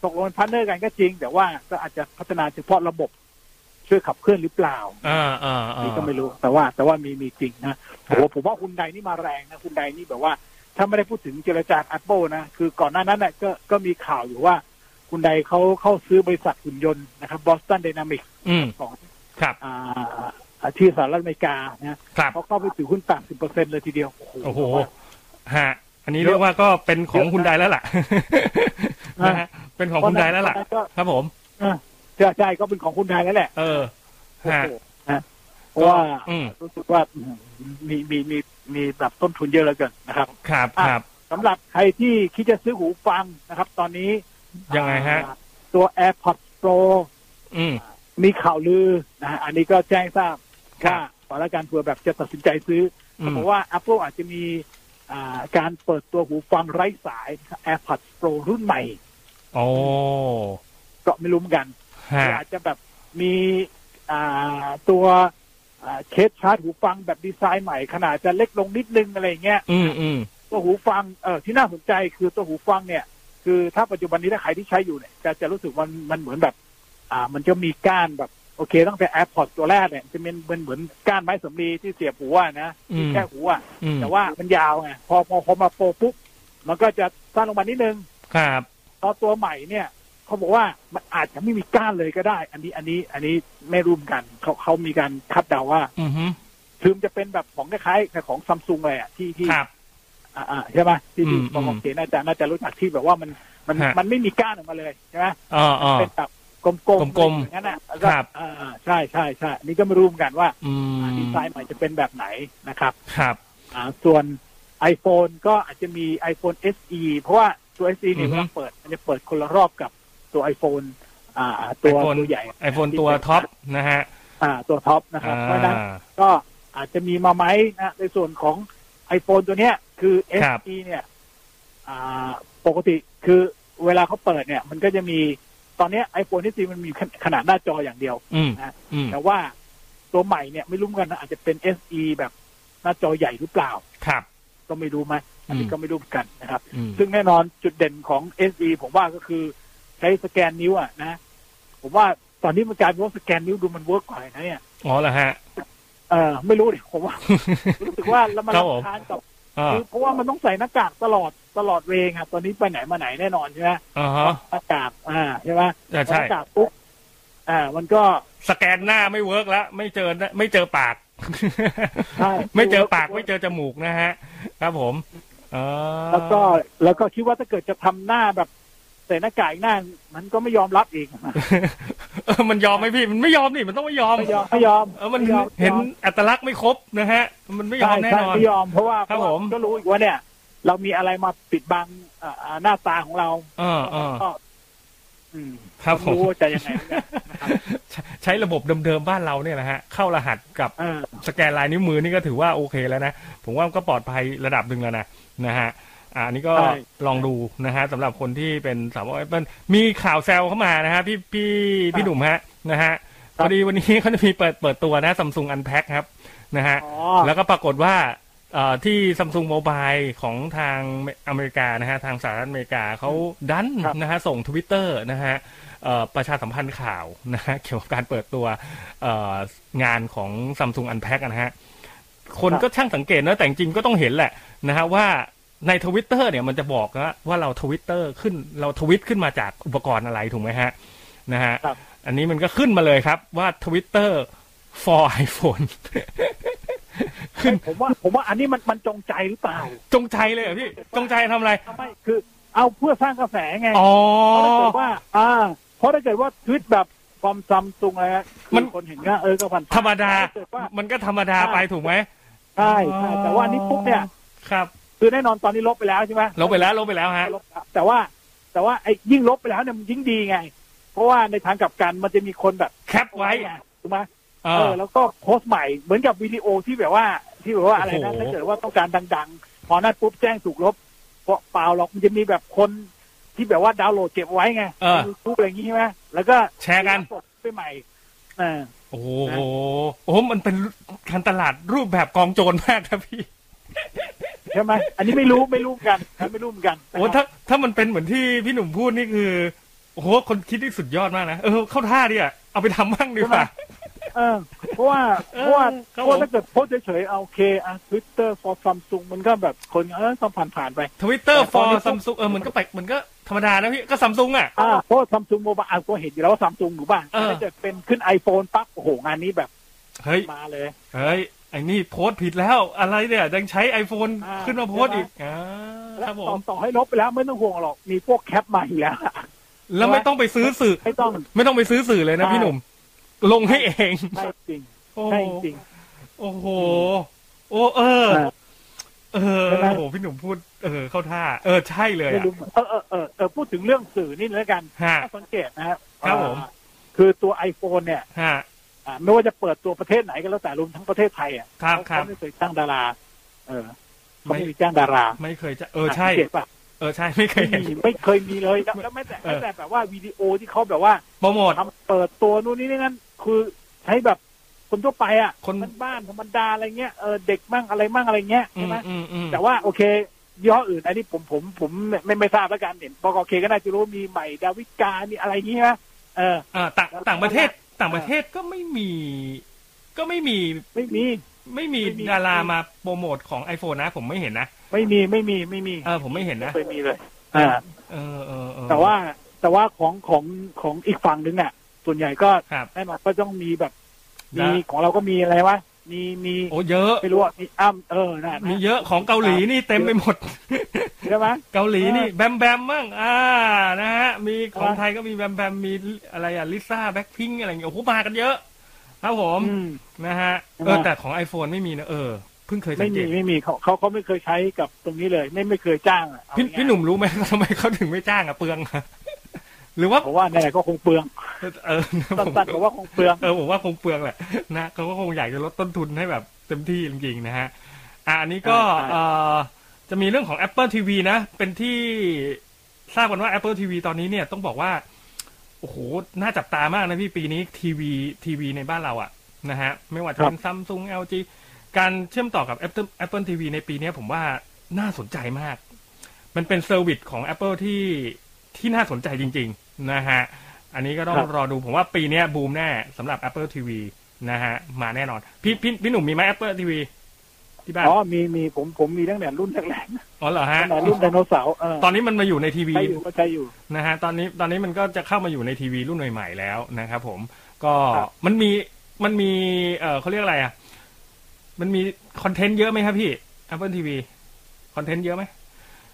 ตกลงเป็นพาร์ทเนอร์กันก็จริง แต่ว่าก็อาจจะพัฒนาเฉพาะระบบช่วยขับเคลื่อนหรือเปล่า
อ่าอ่าอ่า
นี่ก็ไม่รู้แต่ว่าแต่ว่ามีมีจริงนะ
ครั
โอ้
บ
โหผมว่าคุณไดนี่มาแรงนะคุณไดนี่แบบว่า ถ้าไม่ได้พูดถึงเจรจาแอปเปิลนะคือก่อนหน้านั้นนะก็ก็มีข่าวอยู่ว่า คุณไดเขาเข้าซื้อบริษัทหุ่นยนต์นะครับบอสตันไดนามิก
อืม
ของ
ครับ
อ่าที่สหรัฐอเมริกานะครับ เขาเข้าไปถือหุ้น 80เปอร์เซ็นเลยทีเดียว
โอ้โห ฮะ อันนี้เรียกว่าก็เป็นของคุณไดแล้วล่ะ
อ่ะ
นะฮะ เป็นของคุณไดแล้วล่ะ
เพราฉนั้นก็
ครับผม
ใช่ใช่ก็เป็นของคุณไดแล้วแหละ
เออ
โอ้
ฮะ
โหนะเพราะว่า
อืม
รู้สึกว่าอืมมีมีมีมีแบบต้นทุนเยอะเหลือเกินนะครับ
ครับ
อ่ะ
ครับ
สำหรับใครที่คิดจะซื้อหูฟังนะครับ ตอนนี้
ยังไงฮะ
อ่าตัว AirPods Pro
อืม
มีข่าวลือนะฮะอันนี้ก็แจ้งให้ทราบ
ครับ
ว่าขอละกันเผื่อแบบจะตัดสินใจซื้อ
อืม
เพราะว่า Apple อาจจะมีอ่าการเปิดตัวหูฟังไร้สาย AirPods Pro รุ่นใหม่
โอ้
ก็ไม่รู้เหมือนกัน
ฮะ
แต่อาจจะแบบมีอ่าตัวอ่าเคสชาร์จหูฟังแบบดีไซน์ใหม่ ขนาดจะเล็กลงนิดนึงอะไรอย่างเงี้ย
อืมอืม
ตัวหูฟังเออที่น่าสนใจคือตัวหูฟังเนี่ย คือถ้าปัจจุบันนี้ถ้าใครที่ใช้อยู่เนี่ยจะจะรู้สึกมันมันเหมือนแบบ อ่า มันจะมีก้านแบบ โอเคตั้งแต่ AirPods ตัวแรกเนี่ยจะเป็นเป็นเหมือนก้านไม้สำลีที่เสียบหูอะนะ
อืม
แค่หูอะ
อืม
แต่ว่ามันยาวไงพอพอพอมาโปรปุ๊บมันก็จะสั้นลงมานิดนึง
ครับ
ตอนตัวใหม่เนี่ยเขาบอกว่ามันอาจจะไม่มีก้านเลยก็ได้ อันนี้อันนี้อันนี้ไม่รู้เหมือนกันเขาเขามีการคาดเดาว่า
อืมฮึ
ถึงจะเป็นแบบของคล้ายๆของซัมซุงเลยอะที่ที่
ครับ
อ่าอ่าใช่ไหมที่ที่
อืม
บาง
อืม
คนเขียนอาจารย์น่าจะรู้จักที่แบบว่ามันมัน
ฮะ
มันไม่มีก้านออกมาเลยใช่ไหม
อ่าอ่า
เป็นแบบกลมๆ
กลมๆ
อย่างนั้นอ่ะแล้ว
ครับ
อ่าอ่าใช่ใช่ใช่อันนี่ก็ไม่รู้เหมือนกันว่า
อืม
ดีไซน์ใหม่จะเป็นแบบไหนนะครับ
ครับ
อ่าส่วน iPhone ก็อาจจะมี iPhone SE เพราะว่าตัว SE เนี่ย
อือฮึ
เวลาเปิดมันจะเปิดคนละรอบกับตัว iPhone อ่าตัวตัวใหญ่
ไอโฟนตัวท็อปนะฮะ
อ่าตัวท็อปนะครับ
อ่า
เพราะฉะนั้น ก็อาจจะมีมาไหมนะในส่วนของ iPhone ตัวเนี้ย คือ
ครับ
SE เนี่ยอ่าปกติคือเวลาเขาเปิดเนี่ย มันก็จะมีตอนเนี้ย iPhone ที่ซีมันมีขนขนาดหน้าจออย่างเดียว
อืม
นะ
อืม
แต่ว่าตัวใหม่เนี่ยไม่รู้เหมือนกันนะอาจจะเป็น SE แบบหน้าจอใหญ่หรือเปล่า
ครับ
ก็ไม่รู้ไหมอันนี้
อืม
ก็ไม่รู้เหมือนกันนะครับ
อืม
ซึ่งแน่นอนจุดเด่นของ SE ผมว่าก็คือใช้สแกนนิ้วอ่ะนะ ผมว่าตอนนี้มันกลายเป็นว่าสแกนนิ้วดูมันเวิร์กกว่านะเนี่ย
อ๋อเหรอฮะ *laughs*
เออไม่รู้ดิผมว่า *laughs* รู้สึกว่าแล้วมัน
ครับผม
รำคาญกับ
อ่า
คือเพราะว่ามันต้องใส่หน้ากากตลอดตลอดเวงอะตอนนี้ไปไหนมาไหนแน่นอนใช่ไหม
อ่าฮะ
หน้ากากอ่าใช่ไหม
อ่า
ห
ใช่
น้ากากปุ๊บอ่า มันก็
สแกนหน้าไม่เวิร์กแล้วไม่เจอหน้าไม่เจอปาก
ใช่
*laughs* ไม่เจอปากไม่เจอจมูกนะฮะ ครับผมอ๋อ
แล้วก็แล้วก็คิดว่าถ้าเกิดจะทำหน้าแบบใส่หน้ากากอีกหน้ามันก็ไม่ยอมรับอีก *laughs*
เออมันยอมไหมพี่มันไม่ยอมนี่มันต้องไม่ยอม
ไม่ยอมไม่ยอม
เออมัน
ไยอ
เห็นอัตลักษณ์ไม่ครบนะฮะ มันไม่ยอ
ใช่
มแน่น
ใช่
อน
ไม่ยอมเพราะว่า
ครับ
เพาะว่า
ผม
ก็รู้อีกว่าเนี่ย เรามีอะไรมาปิดบังอ่าอ่าหน้าตาของเรา
เออเออ
ก็อืม
ครับผม
รู้ว่าจะยังไงเหมือนกันนะครับ
ใช้ใช้ระบบเดิมๆบ้านเราเนี่ยนะฮะ เข้ารหัสกับ
เออ
สแกนลายนิ้วมือนี่ก็ถือว่าโอเคแล้วนะ ผมว่ามันก็ปลอดภัยระดับหนึ่งแล้วนะนะฮะอ่าอันนี้ก็
ใช่
ลองดูนะฮะสำหรับคนที่เป็นสาวกแอปเปิลมีข่าวแซวเข้ามานะฮะพี่พี่พี่หนุ่มฮะนะฮะพอดีวันนี้เขาจะมีเปิดเปิดตัวนะซัมซุงอันแพ็คครับนะฮะ
อ๋อ
แล้วก็ปรากฏว่าเอ่อที่ซัมซุงโมบายของทางอเมริกานะฮะทางสหรัฐอเมริกาเขาดัน
ครับ
นะฮะส่งทวิตเตอร์นะฮะเอ่อประชาสัมพันธ์ข่าวนะฮะ *laughs* เกี่ยวกับการเปิดตัวเอ่องานของซัมซุงอันแพ็กนะฮะคน
ครับ
ก็ช่างสังเกตนะแต่จริงๆก็ต้องเห็นแหละนะฮะว่าในทวิตเตอร์เนี่ยมันจะบอกนะว่าเราทวิตเตอร์ขึ้นเราทวิตขึ้นมาจากอุปกรณ์อะไรถูกไหมฮะนะฮะ
ครับ
อันนี้มันก็ขึ้นมาเลยครับว่า Twitter for iPhone ขึ้น
ผมว่าผมว่าอันนี้มันมันจงใจหรือเปล่า
จงใจเลยเหรอพี่ จงใจทำอะไร
ทำไมคือ เอาเพื่อสร้างกระแสไง
อ๋อ
เพราะถ้าเกิดว่า อ่า เพราะถ้าเกิดว่าทวิตแบบฟอมซัมซุงอะไรฮะคือ
มัน
คนเห็นก็เออก็พันๆ
ธรรมดา
ถ้เกิดว่า
มันก็ธรรมดาไปถูกไหม
ใช่ใช่แต่ว่าอันนี้ปุ๊บเนี่ย
ครับ
คือแน่นอนตอนนี้ลบไปแล้วใช่ไหม
ลบไปแล้วลบไปแล้วฮะ
ลบแล้วแต่ว่า แต่ว่าไอ้ยิ่งลบไปแล้วเนี่ยมันยิ่งดีไง เพราะว่าในทางกลับกันมันจะมีคนแบบ
แคปไว้
งถูกไหม
เอ
เอ
อ
อแล้วก็โพสต์ใหม่เหมือนกับวิดีโอที่แบบว่า ที่แบบว่าอะไรนะ
โอ้โห
ถ้าเกิดว่าต้องการดังๆ พอนั่นปุ๊บแจ้งถูกลบ เพราะเปล่าหรอกมันจะมีแบบคนที่แบบว่าดาวน์โหลดเก็บไว้ไง
เออ
ทูบอะไรอย่างงี้ใช่ไหมแล้วก็
แชร์กัน
กดไปใหม่เอ่า
โอ้โหโอ้โหมันเป็นการตลาดรูปแบบกองโจรมากครับพี่
ใช่ไหมอันนี้ไม่รู้ไม่รู้กันนะไม่รู้เหมือนกัน
โอ้ถ้าถ้ามันเป็นเหมือนที่พี่หนุ่มพูดนี่คือโอ้โหคนคิดที่สุดยอดมากนะเออเข้าท่าดิอ่ะเอาไปทำบ้างดีกว่า
เออเพราะว่า
เออ
เพราะว่า
ครับ
เพราะถ้าเกิดโพสต์เฉยๆเอาโอเคอ่ะทวิตเตอร์ฟอร์ซัมซุงมันก็แบบคนเออต้องผ่านผ่านๆไป
ทวิตเตอร์ฟ
แต่ต
อ
อนนี้
ร์ซัมซุงเออมันก็ไปมันก็ธรรมดานะพี่ก็ซัมซุงอ่ะ
อ่าเพราะซัมซุงโมบายอ่ะก็เห็นอยู่แล้วว่าซัมซุงหนูบ้าง
เออ
ถ้าเกิดเป็นขึ้น iPhone ปั๊บโอ้โหงานนี้แบบ
เฮ้ย
มาเลย
เฮ้ยไอ้นี่โพสต์ผิดแล้ว อะไรเนี่ยยังใช้ iPhone
อ่า
ขึ้นมาโพสต์อีกอ่าค
แล้
รั
ว
บผ
ต่อ
ม
ต่อให้ลบไปแล้วไม่ต้องห่วงหรอกมีพวกแคปมาอยู่แล้ว *laughs*
แล้วไม่ต้องไปซื้อสื่อ
ไม่ต้อง
ไม่ต้องไปซื้อสื่อเลยนะ
ใช่
พี่หนุ่ม ลงให้เอง
ใช่จริง
โอ้
ใช่
โห
จริง
โอ้โหโอ้เออ
ใช่
เออ
ใช่ไหม
โอ้โหพี่หนุ่มพูดเออเข้าท่า เออใช่เลย
ไม่
อ่ะ
รู้เหมือนเออเออเออเออพูดถึงเรื่องสื่อนี่แล้วกัน
ฮะ
ถ้าสังเกตนะครับ
ครับผม
อ่าคือตัว iPhone เนี่ย
ฮะ
อ่าไม่ว่าจะเปิดตัวประเทศไหนก็แล้วแต่รวมทั้งประเทศไทยอ่ะ
ครับครั
เขา
บ
ไม่เคยจ้างดารา เออเขา
ไม่
ไม่มีจ้างดารา
ไม่เคยจะเออใช่
สังเกตปะ
เออใช่ไม่เคย
ไม่
เห็น
มีไม่เคยมีเลยแล้วแล้วแม้แต่
เอ
แม้
อ
แต่แบบว่าวิดีโอที่เขาแบบว่า
โปรโมท
ทำเปิดตัวนู่นนี่นั่นคือใช้แบบคนทั่วไปอ่ะ
คน
บ้านๆธรรมดาอะไรเงี้ยเออเด็กมั่งอะไรมั่งอะไรเงี้ย
อื
ใช่
ม
ไหม
อืมอืม
แต่ว่าโอเคยี่ห้ออื่น อันนี้ผมผมผมไม่ไม่ไม่ทราบแล้วกันเห็นบกเคก็น่าจะรู้มีใหม่ดาวิกามีอะไรนี้นะเออ
อ่าต่างต่างประเทศต่างประเทศก็ไม่มี ก็ไม่มี
ไม่มี
ไม่มี
ไม่มี
ดารามาโปรโมทของ iPhone นะ ผมไม่เห็นนะ
ไม่มีไม่มีไม่มี
เออผมไม่เห็น
ไม่
นะ
เคยมีเลยอ่า
เออเออเออ
แต่ว่าแต่ว่าของของของอีกฝั่งหนึ่งอ่ะ ส่วนใหญ่ก็
ครับ
แน่นอนก็ต้องมีแบบ
นะ
มีของเราก็มีอะไรวะมีมี
โอ้เยอะ
ไม่รู้อ่ะมีอ้ำเออน่ะ
มีเยอะของเกาหลีนี่เต็มไปหมด *laughs*
ใช่ไหม
เกาหลีนี่
เออ
แบมแบมมั่งอ่านะฮะมีของ
ใช่ปะ
ไทยก็มีแบมแบมมีอะไรอะลิซ่าแบ็คพิงอะไรอย่างเงี้ยโอ้โหมากันเยอะ ครับผม
อืม
นะฮะ
ใช่ปะ
เออแต่ของ iPhone ไม่มีนะเออเพิ่งเคยสั
ไม่
งเก
มี
ต
ไม่มีเขาเขาเขาไม่เคยใช้กับตรงนี้เลย ไม่ไม่เคยจ้างอ่ะเอา
พี่
ง่ายๆ
พี่หนุ่มรู้ไหม *laughs* ทำไมเขาถึงไม่จ้างอะเปลื *laughs* อง หรือว่า
ผมว่าแน่ก็คงเปลือง
เออผม
สั้นๆผมว่าคงเปลือง
เออผมว่าคงเปลืองแหละ *laughs* นะเขาก็คงอยากจะลดต้นทุนให้แบบเต็มที่จริงๆนะฮะอ่ะอันนี้ก็
ใช่ใช่
เออจะมีเรื่องของ Apple TV นะ เป็นที่ทราบกันว่า Apple TV ตอนนี้เนี่ยต้องบอกว่า โอ้โห น่าจับตามากนะพี่ปีนี้ทีวีทีวีในบ้านเราอะนะฮะ ไม่ว่าจะเป็นซัมซุง LG การเชื่อมต่อกับ Apple Apple TV ในปีนี้ผมว่าน่าสนใจมาก มันเป็นเซอร์วิสของ Apple ที่ที่น่าสนใจจริง ๆ นะฮะ อันนี้ก็ต้อง
ครับ
รอดูผมว่าปีนี้บูมแน่สำหรับ Apple TV นะฮะ มาแน่นอน พี่พี่พี่หนุ่มมีไหม Apple TV ที่บ้าน
อ๋อ มี มี ผม ผมมีตั้งแต่รุ่นแรกๆนะ
อ๋อเหรอฮะ
ตั้งแต่รุ่นไดโนเสาร์ เออ
ตอนนี้มันมาอยู่ในทีวี
ใช้อยู่ก็ใช้อยู่
นะฮะตอนนี้ตอนนี้มันก็จะเข้ามาอยู่ในทีวีรุ่นใหม่ๆแล้วนะครับผมก็
ครับ
มันมีมันมีเออเขาเรียกอะไรอ่ะ มันมีคอนเทนต์เยอะไหมครับพี่ Apple TV คอนเทนต์เยอะไหม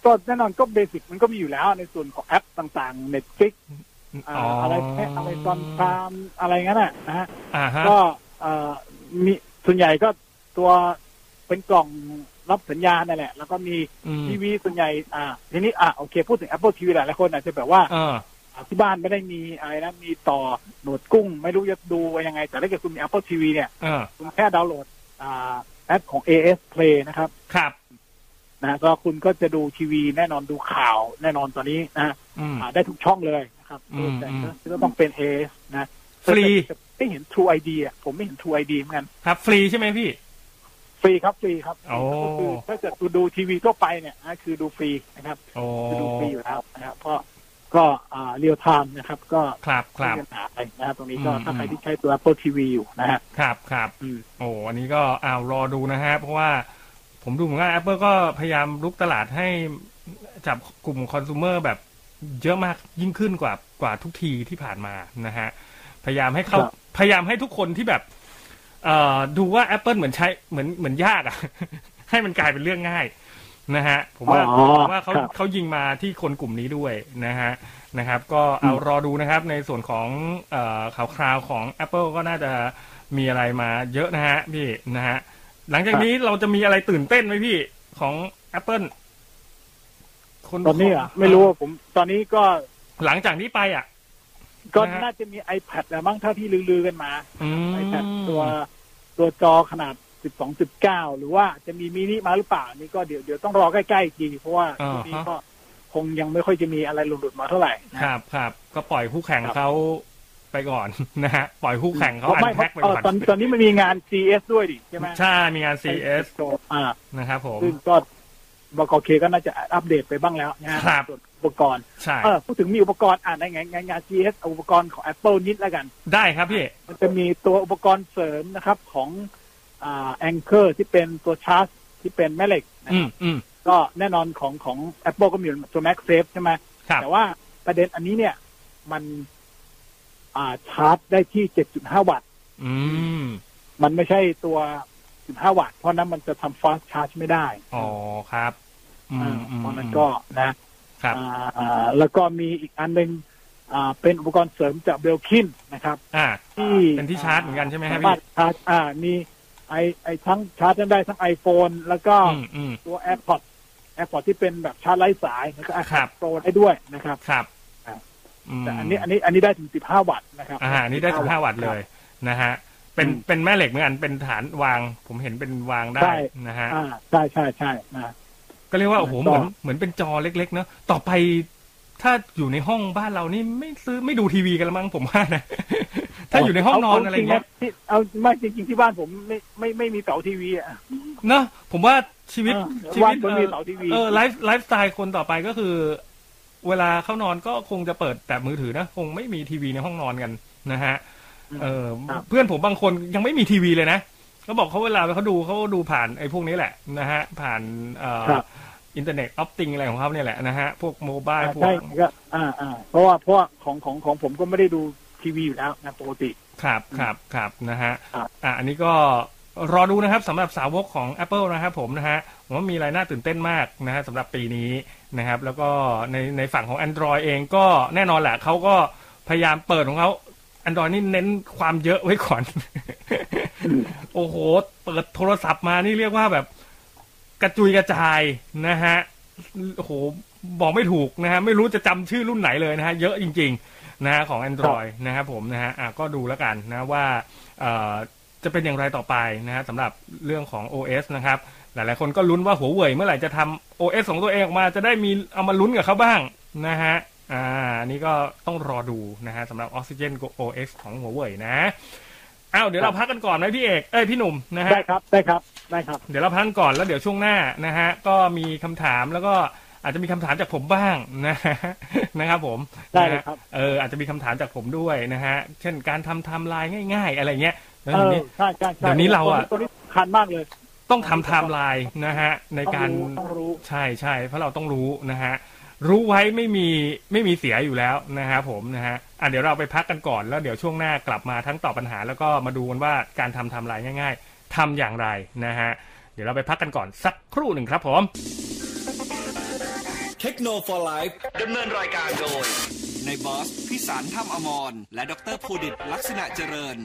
ก็แน่นอนก็เบสิกมันก็มีอยู่แล้วในส่วนของแอปต่างๆ Netflix อ่าอะไรอะไรตอนตามอะไรงั้นน่ะนะฮะ
อ่าฮะ
ก็เอ่อมีส่วนใหญ่ก็ตัวเป็นกล่องรับสัญญาณนั่นแหละ แล้วก็มี
อืม
ทีวีส่วนใหญ่ อ่า ทีนี้ อ่าโอเค พูดถึง Apple TV หลายหลายคนอาจจะแบบว่า
เออ
ที่บ้านไม่ได้มีอะไรนะ มีต่อโหนวดกุ้ง ไม่รู้จะดูยังไง แต่ถ้าเกิดคุณมี Apple TV เนี่ย
เออ
คุณแค่ดาวน์โหลดอ่าแอปของ AS Play นะครับ
ครับ
นะก็คุณก็จะดูทีวีแน่นอนดูข่าวแน่นอนตอนนี้นะฮะ
อืม
อ่าได้ทุกช่องเลยนะครับ
อืม
แต่
อืม
ก็ต้องเป็น AS นะ
ฟรี
แต่ไม่เห็น True ID อ่ะผมไม่เห็น True ID เหมือนกัน
ครับฟรีใช่ไหมพี่
ฟรีครับฟรีครับ
โอ้
ก็คือถ้าเกิดคุณดูทีวีทั่วไปเนี่ยนะคือดูฟรีนะครับ
โอ้
คือดูฟรีอยู่แล้วนะครับเพราะก็อ่าเรียลไทม์นะครับ ก็
ครับครับ
ไม่มีปัญหาอะไรนะครับตรงนี้ก็
อืม
ถ้าใครที่ใช้ตัว Apple TV อยู่นะฮะ
ครับครับ
อืม
โอ้ อันนี้ก็อ้าวรอดูนะฮะ เพราะว่าผมดูเหมือนว่า Apple ก็พยายามลุกตลาดให้จับกลุ่มคอน sumer แบบเยอะมากยิ่งขึ้นกว่ากว่าทุกทีที่ผ่านมานะฮะ พยายามให้เข้า
ครับ
พยายามให้ทุกคนที่แบบ เอ่อดูว่า Apple เหมือนใช้เหมือนเหมือนยากอะ *laughs* ให้มันกลายเป็นเรื่องง่าย นะฮะ ผมว่า
อ๋อ
ผมว่าเขา
ครับ
เขายิงมาที่คนกลุ่มนี้ด้วยนะฮะนะครับ ก็เอารอดูนะครับในส่วนของเอ่อข่าวคราวของ Apple ก็น่าจะมีอะไรมาเยอะนะฮะพี่นะฮะหลังจากนี้เราจะมีอะไรตื่นเต้นไหมพี่ของ Apple
ตอนนี้อ่ะไม่รู้ว่าผมตอนนี้ก็
หลังจากนี้ไปอ่ะ
ก็
นะฮะ
น่าจะมี iPad แหละมั้งเท่าที่ลือๆกันมา
อืม
iPad ตัวตัวจอขนาด 12.9 หรือว่าจะมีมินิมาหรือเปล่า นี่ก็เดี๋ยวเดี๋ยวต้องรอใกล้ๆอีกทีเพราะว่า
อ่า
ทีนี้
ฮะ
ก็คงยังไม่ค่อยจะมีอะไรหลุดๆมาเท่าไหร่นะ
ครับครับก็ปล่อยคู่แข่ง
ครับ
เขา ไปก่อน *laughs* นะฮะปล่อยคู่แข่งเขา
พ
อัน
ระไม่
แพ็กไป
เอ่
ก่
อ
อน
ตอนตอนนี้มันมีงาน CS ด้วยดิใช่ไหม
ใช่มีงาน CS
อ่า
นะครับผม
ซึ่งก็บกเคก็น่าจะอัปเดตไปบ้างแล้วนะฮะ
ครับ
ส่วนอุปกรณ์
ใช่
เออพูดถึงมีอุปกรณ์อ่านในงานงานงาน CS เอาอุปกรณ์ของ Apple นิดแล้วกัน
ได้ครับพี่
มันจะมีตัวอุปกรณ์เสริมนะครับของอ่าแองเกอร์ที่เป็นตัวชาร์จที่เป็นแม่เหล็กนะ
อืม
ครับ
อืม
ก็แน่นอนของของ Apple ก็มีตัว MagSafe ใช่ไหม
ครับ
แต่ว่าประเด็นอันนี้เนี่ยมันอ่าชาร์จได้ที่ 7.5 วัตต์
อืม
มันไม่ใช่ตัว 15 วัตต์ เพราะนั้นมันจะทำฟาสชาร์จไม่ได้
อ๋อครับอืม
อ่า
อืม
เพราะนั้น
อืม
ก็นะครับ อ่าอ่าแล้วก็มีอีกอันหนึงอ่าเป็นอุปกรณ์เสริมจากเบลคินนะครับ
อ่า
ที่
เป็นที่ชาร์จเหมือนกันใช่ไหมครับ
สาารถชาร์จอ่ามีไอไอทั้งชาร์จได้ทั้ง iPhone แล้วก็
อืมอืม
ตัว AirPods AirPods ที่เป็นแบบชาร์จไร้สายแล้วก็
ครั
AirPods
บ
Pro ได้ด้วยนะครับ
ครับ
ครับ
ม
แต่อันนี้อันนี้อันนี้ได้ถึง 15 วัตต์นะครับ
อ่าอันนี้ได้สิบห้าวัตต์เลยนะฮะเป็น
อืม
เป็นแม่เหล็กเหมือนกันเป็นฐานวาง ผมเห็นเป็นวางได้
ใช่
นะฮะ
อ่าใช่ใช่ใช่นะ
ก็เรียกว่าโอ้โหเหมื
ก็
อนเหมือนเป็นจอเล็ก ๆ เนอะต่อไปถ้าอยู่ในห้องบ้านเรานี่ไม่ซื้อไม่ดูทีวีกันละมั้งผมว่านะ *laughs* ถ้าอยู่ในห้องนอนอะไรเงี้ย
าจริๆนะที่เอาไมากจริงๆที่บ้านผมไม่ไม่ไม่มีเสาทีวีอ่ะ
เนอะผมว่าชีวิต
เออ
ชีวิต
บ้านผมมีเสาทีวี
เออไลฟ์ไลฟ์สไตล์คนต่อไปก็คือ เวลาเข้านอนก็คงจะเปิดแต่มือถือนะ คงไม่มีทีวีในห้องนอนกันนะฮะ เออ
ครับ
เพื่อนผมบางคนยังไม่มีทีวีเลยนะเขาบอกเขาเวลาเขาดูเขาดูผ่านไอ้พวกนี้แหละนะฮะ ผ่านเอ่อ
ครับ
อินเทอร์เน็ตออฟติงอะไรของเขาเนี่ยแหละนะฮะพวกโมบายพวก
ใช่ก็อ่าอ่าเพราะว่าเพราะว่าของของของผมก็ไม่ได้ดูทีวีอยู่แล้วนะปกติ
ครับครับครับนะฮะ
ครับ
อ่ะอันนี้ก็รอดูนะครับสำหรับสาวกของ Apple นะครับผมนะฮะผมว่ามีรายน่าตื่นเต้นมากนะฮะสำหรับปีนี้นะครับ แล้วก็ในในฝั่งของ Android เองก็แน่นอนแหละเขาก็พยายามเปิดของเขา Android นี่เน้นความเยอะไว้ก่อน *laughs* โอ้โห เปิดโทรศัพท์มานี่เรียกว่าแบบกระจุยกระจายนะฮะ โอ้โห บอกไม่ถูกนะฮะ ไม่รู้จะจำชื่อรุ่นไหนเลยนะฮะ เยอะจริง ๆ นะฮะของ Android นะครับผมนะฮะอ่ะก็ดูแล้วกันนะว่าเอ่อจะเป็นอย่างไรต่อไปนะฮะสำหรับเรื่องของ OS นะครับ หลาย ๆ คนก็ลุ้นว่าหัวเว่ยเมื่อไหร่จะทำ OS ของตัวเองออกมาจะได้มีเอามาลุ้นกับเขาบ้างนะฮะ อ่า นี่ก็ต้องรอดูนะฮะสำหรับ Oxygen OS ของหัวเว่ยนะ อ้าวเดี๋ยวเราพักกันก่อนไหมพี่เอกเอ้ยพี่หนุ่มนะฮะ
ได้ครับได้ครับได้ครับ
เดี๋ยวเราพักกันก่อนแล้วเดี๋ยวช่วงหน้านะฮะ ก็มีคำถามแล้วก็อาจจะมีคำถามจากผมบ้างนะฮะ *laughs* นะครับผม
ได้เลยครับ
นะฮะเอออาจจะมีคำถามจากผมด้วยนะฮะ เช่นการทำไทำลายง่าย ๆ อะไรเงี้ยแล้ว
เอ
ที
อ
นี้
ใช่ใช่ใช่
เดี๋ยวนี้เราอะ
ตัวนี้สำคัญมากเลย
ต้องทำไทำลายนะฮะใน
ต้อง
การ
รู้ต้องรู้
ใช่ใช่เพราะเราต้องรู้นะฮะ รู้ไว้ไม่มีไม่มีเสียอยู่แล้วนะฮะผมนะฮะอ่ะเดี๋ยวเราไปพักกันก่อนแล้วเดี๋ยวช่วงหน้ากลับมาทั้งตอบปัญหา แล้วก็มาดูกันว่าการทำไทำลายง่าย ๆทำอย่างไรนะฮะเดี๋ยวเราไปพักกันก่อนสักครู่หนึ่งครับผม
เทคโนโลยีไลฟ์
ดำเนินรายการโดย
ในบอสพิสารถ้ำอมรและดรภูดิตลักษณะเจริญ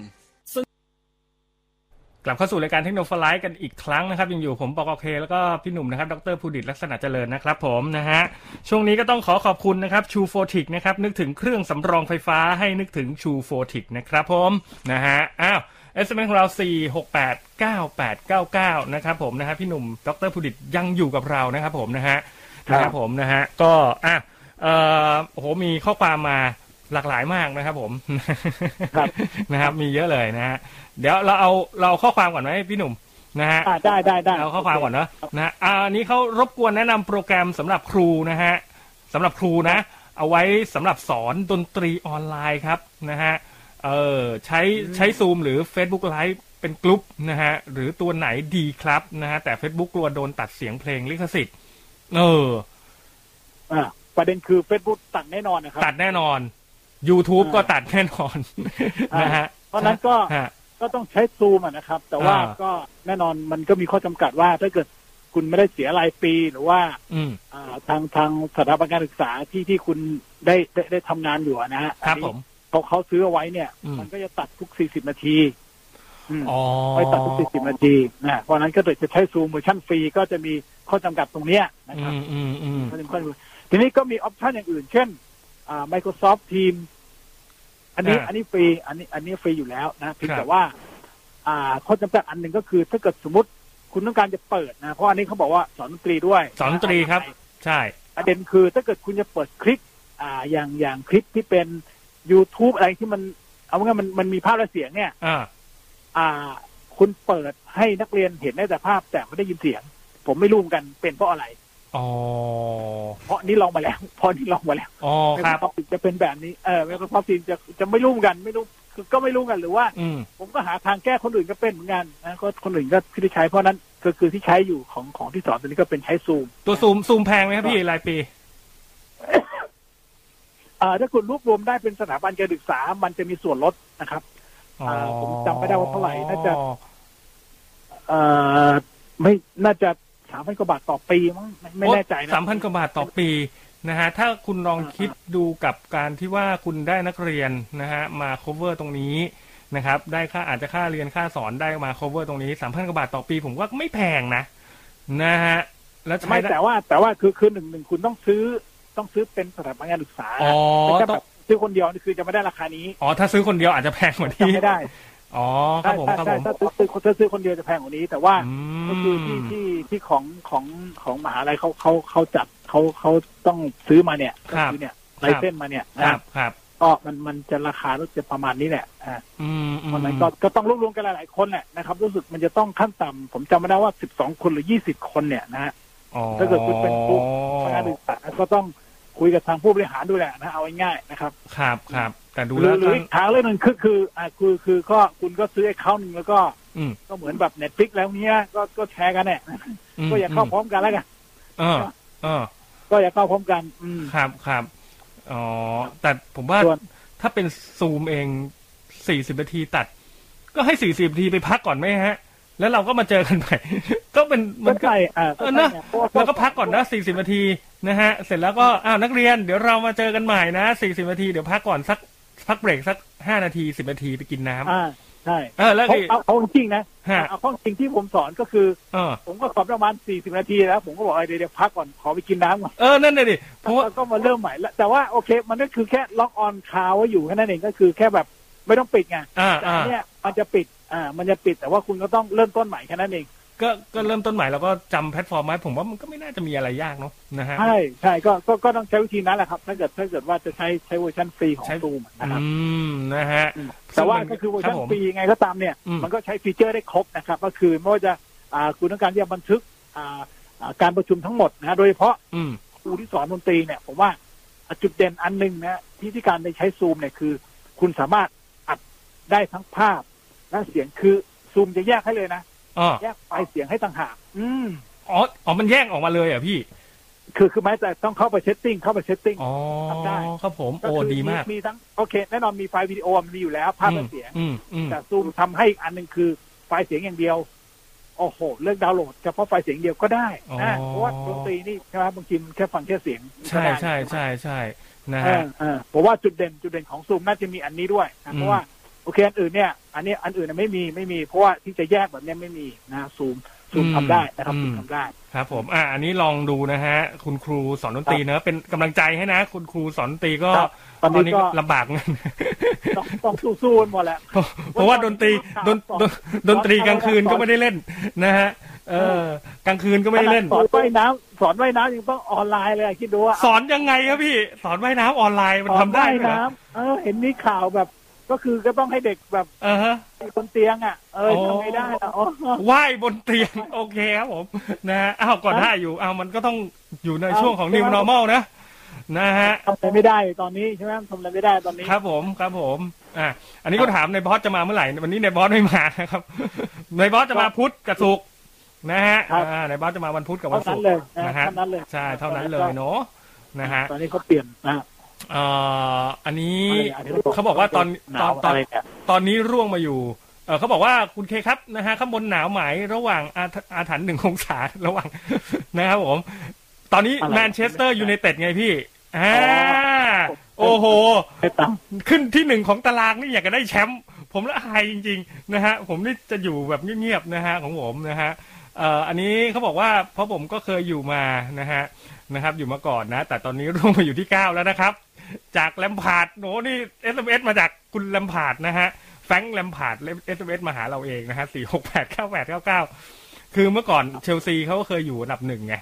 กลับเข้าสู่รายการเทคโนโลยีกันอีกครั้งนะครับยังอยู่ผมปกเค แล้วก็พี่หนุ่มนะครับดรพูดิตลักษณะเจริญนะครับผมนะฮะช่วงนี้ก็ต้องขอขอบคุณนะครับชูโฟติกนะครับนึกถึงเครื่องสำรองไฟฟ้าให้นึกถึงชูโฟติกนะครับผมนะฮะอ้าวเอสเอ็มของเรา 4689899 นะครับผมนะฮะพี่หนุ่มดรพูดิตยังอยู่กับเรานะครับผมนะฮะนะครับผมนะฮะก็อ่ะเอ่อโอ้โหมีข้อความมาหลากหลายมากนะครับผม
ครับ
*laughs* นะครับมีเยอะเลยนะฮะเดี๋ยวเราเอาเราเอาข้อความก่อนไหมพี่หนุ่มนะฮะ
อ่าได้ได้ได้
เอาข้อความก่อนเนอะนะฮะอ่าอันนี้เขารบกวนแนะนำโปรแกรมสำหรับครูนะฮะสำหรับครูนะ เอาไว้สำหรับสอนดนตรีออนไลน์ครับนะฮะเออใช้ใช้ซูมหรือ Facebook Live เป็นกลุ่มนะฮะหรือตัวไหนดีครับนะฮะแต่ Facebook กลัวโดนตัดเสียงเพลงลิขสิทธิ์เออ
อ่าประเด็นคือ Facebook ตัดแน่นอนนะครับ
ตัดแน่นอน YouTube
อ่า
ก็ตัดแน่น *laughs* อนนะฮะ
เพราะฉะนั้นก็
ฮะ
ก็ต้องใช้ซูมอะนะครับ แต่ว่า
อ่า
ก็แน่นอนมันก็มีข้อจำกัดว่า ถ้าเกิดคุณไม่ได้เสียรายปีหรือว่า
อืม
อ่าทางทางสถาบันการศึกษาที่ที่คุณได้ได้ได้ทำงานอยู่อะนะฮะ
ครับ
อัน
ผ
นี้
ม
เขาเขาซื้อเอาไว้เนี่ย
อืม
มันก็จะตัดทุกสี่สิบนาทีอืม
อ๋อ
ไปตัดทุกสี่สิบนาทีนะเพราะฉะนั้นก็เลยจะใช้ซูมเวอร์ชั่นฟรีก็จะมีข้อจำกัดตรงเนี้ยนะ
อื
ครับ
มอืมอืม
ก็จะมีข้อจำกัดทีนี้ก็มีออปชันอย่างอื่น เช่น อ่า Microsoft Teams อันนี้อันนี้ฟรี อันนี้อันนี้ฟรีอยู่แล้วนะเพียงแต่ว่า อ่าข้อจำกัดอันหนึ่งก็คือ ถ้าเกิดสมมติคุณต้องการจะเปิดนะเพราะอันนี้เขาบอกว่าสอนดนตรีด้วย
สอนดนตรีครับ ใช่
ประเด็นคือถ้าเกิดคุณจะเปิดคลิปอ่าอย่างอย่างคลิปที่เป็น YouTube อะไรที่มัน เอาง่ายๆมันมันมีภาพและเสียงเนี่ย
อ่า
อ่า คุณเปิดให้นักเรียนเห็นได้แต่ภาพแต่ไม่ได้ยินเสียง ผมไม่รู้เหมือนกันเป็นเพราะอะไร
อ๋อ
เพราะนี่ลองมาแล้ว *laughs* เพราะนี่ลองมาแล้ว
อ๋อค
ค
รั
รับ บจะเป็นแบบนี้เออไม่ก็ความจริงจะจะไม่รู้เหมือนกันไม่รู้คือก็ไม่รู้กันหรือว่า
อืม
ผมก็หาทางแก้คนอื่นก็เป็นเหมือนกันนะก็คนอื่นก็ที่ใช้เพราะนั้นก็คือที่ใช้อยู่ของของที่สอนตัวนี้ก็เป็นใช้ซูม
ตัวซูมซูมแพงไหมครับพี่รายปี
อ่าถ้าคุณรวบรวมได้เป็นสถาบันการศึกษา มันจะมีส่วนลดนะครับ
อ๋อ
ผมจำไม่ได้ว่าเท่าไหร่น่าจะ เอ่อไม่น่าจะสามพันกว่าบาทต่อปีมั้งไม่ไม่แน่ใจนะ
สามพันกว่าบาทต่อปีนะฮะ ถ้าคุณลอง
อ่า
คิดดูกับการที่ว่าคุณได้นักเรียนนะฮะมา cover ตรงนี้นะครับ ได้ค่าอาจจะค่าเรียนค่าสอนได้มา cover ตรงนี้สามพันกว่าบาทต่อปี ผมว่าไม่แพงนะ นะฮะ แล้วใช้
ไม่
ได้
แต่ว่าแต่ว่าคือคือหนึ่งหนึ่งคุณต้องซื้อต้องซื้อเป็นสถาบันการศึกษา
อ๋อ
ไม่ใช่
ต้อ
แบ
ง
บซื้อคนเดียวนี่คือจะไม่ได้ราคานี้
อ๋อ ถ้าซื้อคนเดียวอาจจะแพงกว่านี้
จำไม่ได้
อ๋อ ครับผม ครับ
ใช่
ผม
ถ้าซื้อซื้อถ้าซื้อคนเดียวจะแพงกว่านี้ แต่ว่า
อื
ก็คือที่
ม
ที่ที่ของของของมหาลัยเขาเขาเขาจัดเขาเขาต้องซื้อมาเนี่ยก็คือเนี่ยไลเส้นมาเนี่ย
ค
นะ
รับครับ
ก็มันมันจะราคาจะประมาณนี้แหละอ่า
อืมอืม
วันนั้นก็ก็ต้องรวบรวมกันหลายๆคนแหละนะครับรู้สึกมันจะต้องขั้นต่ำผมจำไม่ได้ว่า 12 คนหรือ 20 คนเนี่ยนะฮะ ถ้าเกิดคุณเป็นผู้ ทางการศึกษาก็ต้องคุยกับทางผู้บริหารด้วยแหละนะเอาง่ายๆนะครับ
ครับครับ แต่ดู
หรื
แล้
อ
ว
หรือ
ท่าน
อีกทางเรื่องหนึ่งคือคืออ่าคือคือก็คุณก็ซื้อไอ้เข้าหนึ่งแล้วก็
อืม
ก็เหมือนแบบเน็ตฟิกแล้วเนี้ยก็ก็แชร์กันเนี่ย
ม
ก็อย่าเข้าพร้อมกันแล้วกัน
เออเออ
ก็อย่าเข้าพร้อมกัน อืม
ครับครับอ๋อแต่ผมว่า
ส่วน
ถ้าเป็นซูมเองสี่สิบนาทีตัด ก็ให้สี่สิบนาทีไปพักก่อนไหมฮะ แล้วเราก็มาเจอกันใหม่ *laughs* ก็เป็นมั
ก็
นก็
ใช่อ่า
เออเนอะ
ใช่ไงพราะว่า
แล้วก็พักก่อนนะสี่สิบนาทีนะฮะ เสร็จแล้วก็อ้าวนักเรียนเดี๋ยวเรามาเจอกันใหม่นะสี่สิบนาทีเดี๋ยวพักก่อนสักพักเบรกสักห้านาทีสิบนาทีไปกินน้ำ
อ่าใช่
เออแล้ว
เขา
ดิ
เอาเอาจริงๆนะ
ฮะ
เอาข้อจริงที่ผมสอนก็คือ
เออ
ผมก็สอนประมาณ 40 นาทีแล้ว ผมก็บอกเออเดี๋ยวเดี๋ยวพักก่อนขอไปกินน้ำก่อน
เออนั่นเลยดิเพราะว่า
แล้วก็มาเริ่มใหม่แล้วแต่ว่าโอเค มันก็คือแค่ล็อกออนคาวไว้อยู่แค่นั้นเองก็คือแค่แบบไม่ต้องปิดไง
อ่า
แต่
อ่า
อันเนี่ยมันจะปิดอ่ามันจะปิดแต่ว่าคุณก็ต้องเริ่มต้นใหม่แค่นั้นเอง
ก็ก็เริ่มต้นใหม่แล้วก็จำแพลตฟอร์มไว้ผมว่ามันก็ไม่น่าจะมีอะไรยากเนาะนะฮะ
ใช่ใช่ก็ก็ก็ต้องใช้วิธีนั้นแหละครับ ถ้าเกิดถ้าเกิดว่าจะใช้ใช้เวอร์ชันฟรีของ
ใช้
ซูมนะ
อื
ครับ
มนะฮะ
อืมแต่ว่าก็คือเวอร์ชันฟรียังไงก็ตามเนี่ย
อืม
มันก็ใช้ฟีเจอร์ได้ครบนะครับ ก็คือไม่ว่าจะอ่าคุณต้องการที่จะบันทึกอ่าอ่าการประชุมทั้งหมดนะฮะโดยเฉพาะ
อืม
ครูที่สอนดนตรีเนี่ยผมว่าจุดเด่นอันหนึ่งนะที่ที่การได้ใช้ซูมเนี่ยคือ คุณสามารถอัดได้ทั้งภาพและเสียงคือซูมจะแยกให้เลยนะ
อ๋อ
แยกไฟล์เสียงให้ต่างหากอืม
อ๋ออ๋อมันแยกออกมาเลยเหรอ่ะพี่
คือคือแม้แต่ต้องเข้าไปเซตติ้งเข้าไปเซตติ้ง
อ๋อ
ทำได้
ครับผม
ก็
โอ้
คื
ดีมาก
มีทั้งโอเค แน่นอนมีไฟล์วิดีโอมันมีอยู่แล้ว ภาพและเสียง
อืมอืม
แต่ซูมทำให้อีกอันหนึ่งคือไฟล์เสียงอย่างเดียวโอ้โหเลือกดาวน์โหลดเฉพาะไฟล์เสียงเดียวก็ได้นะเพราะว่าดนตรีนี่ใช่ไหมบางทีมันแค่ฟังแค่เสียง
ใช่
ก็ได้
ใช่ใช่ใช่นะ
เอ
ฮะ
อเออผมว่าจุดเด่นจุดเด่นของซูมน่าจะมีอันนี้ด้วยนะ
อืม
เพราะว่าโอเคอันอื่นเนี่ย อันนี้อันอื่นเนยไม่มีไม่มีเพราะว่าที่จะแยกแบบเนี้ยไม่มีนะซูมซูมทำได้นะครับซูมทำได้
ครับผม อ่า อันนี้ลองดูนะฮะ คุณครูสอนดนตรีเนอะเป็นกำลังใจให้นะ คุณครูสอนดนตรีก็
ครับ
ต
ต
อ
อน นนี้
นี้
ก็
ก็ลำบากเงิน *laughs*
ต้องต้องสู้สู้กันหมดแหละ
เพราะเพราะว่าดนตรีดนดนดนตรีกลางคืนก็ไม่ได้เล่นนะฮะ เออ กลางคืนก็ไม่ได้เล่น
สอนว่ายน้ำสอนว่ายน้ำยังต้องออนไลน์เลยอะคิดดูว่า
สอนยังไงครับพี่ สอนว่ายน้ำออนไลน์มันทำได้
สอน
ด้วยเห
ว่าย
รอ
น้ำเออ เห็นมีข่าวแบบ ก็คือก็ต้องให้เด็กแบบ
เออฮะ
อยู่บนเตียงอ่ะ เออ
โอ้
ทำไม่ได้นะอ๋อ
ว่ายบนเตียง *laughs* โอเคครับผมนะฮะอ้าวก่อนหน้าอยู่อ้าวมันก็ต้องอยู่ใน
เอา
ช่วงของ
ใช่
new
ไหม
normal นะนะฮะ
ทำอะไรไม่ได้ตอนนี้ใช่ไหมทำอะไรไม่ได้ตอนนี้
ครับผมครับผมอ่ะอันนี้ก็ถามในบอสจะมาเมื่อไหร่วันนี้ในบอสไม่มา
*laughs*
นะครับ ในบอสจะมาพุธกับศุกร์นะฮะ
ครับ
อ่าในบอสจะมาวันพุธกับวั
เท่าน
ศุ
นั้
ก
น
ร์
เลยนะ
นะฮะ
เท่านั้นเลย
ใช่เท่านั้นเลยเนาะนะฮะ
ตอนนี้เขาเปลี่ยนนะ
เอ่ออันนี้
อะไรนะ
เขาบอกว่าตอน
ห
ตอนตอน
วะไรเย
ตอนนี้ร่วงมาอยู่ เออเขาบอกว่าคุณเคครับนะฮะข้างบนหนาวไหมระหว่างอาถอาถรรพ์หนึ่งองศาระหว่าง *laughs* นะครับผม ตอนนี้แมนเชสเตอร์ยูไนเต็ดไงพี่อ่าโอ้โห
ไม่ตาม
ขึ้นที่หนึ่งของตารางนี่อยากจะได้แชมป์ผมละอายจริง ๆ นะฮะ ผมนี่จะอยู่แบบเงียบๆนะฮะของผมนะฮะเอ่ออันนี้เขาบอกว่าเพราะผมก็เคยอยู่มานะฮะนะครับ อยู่มาก่อนนะ แต่ตอนนี้ร่วงมาอยู่ที่ 9 แล้วนะครับ จากแลมพาร์ดโหนี่ SMS มาจากคุณแลมพาร์ดนะฮะแฟรงค์แลมพาร์ด SMS มาหาเราเองนะฮะสี่หกแปดเก้าแปดเก้าเก้าคือเมื่อก่อนเชลซีเขาก็เคยอยู่อันดับหนึ่งไง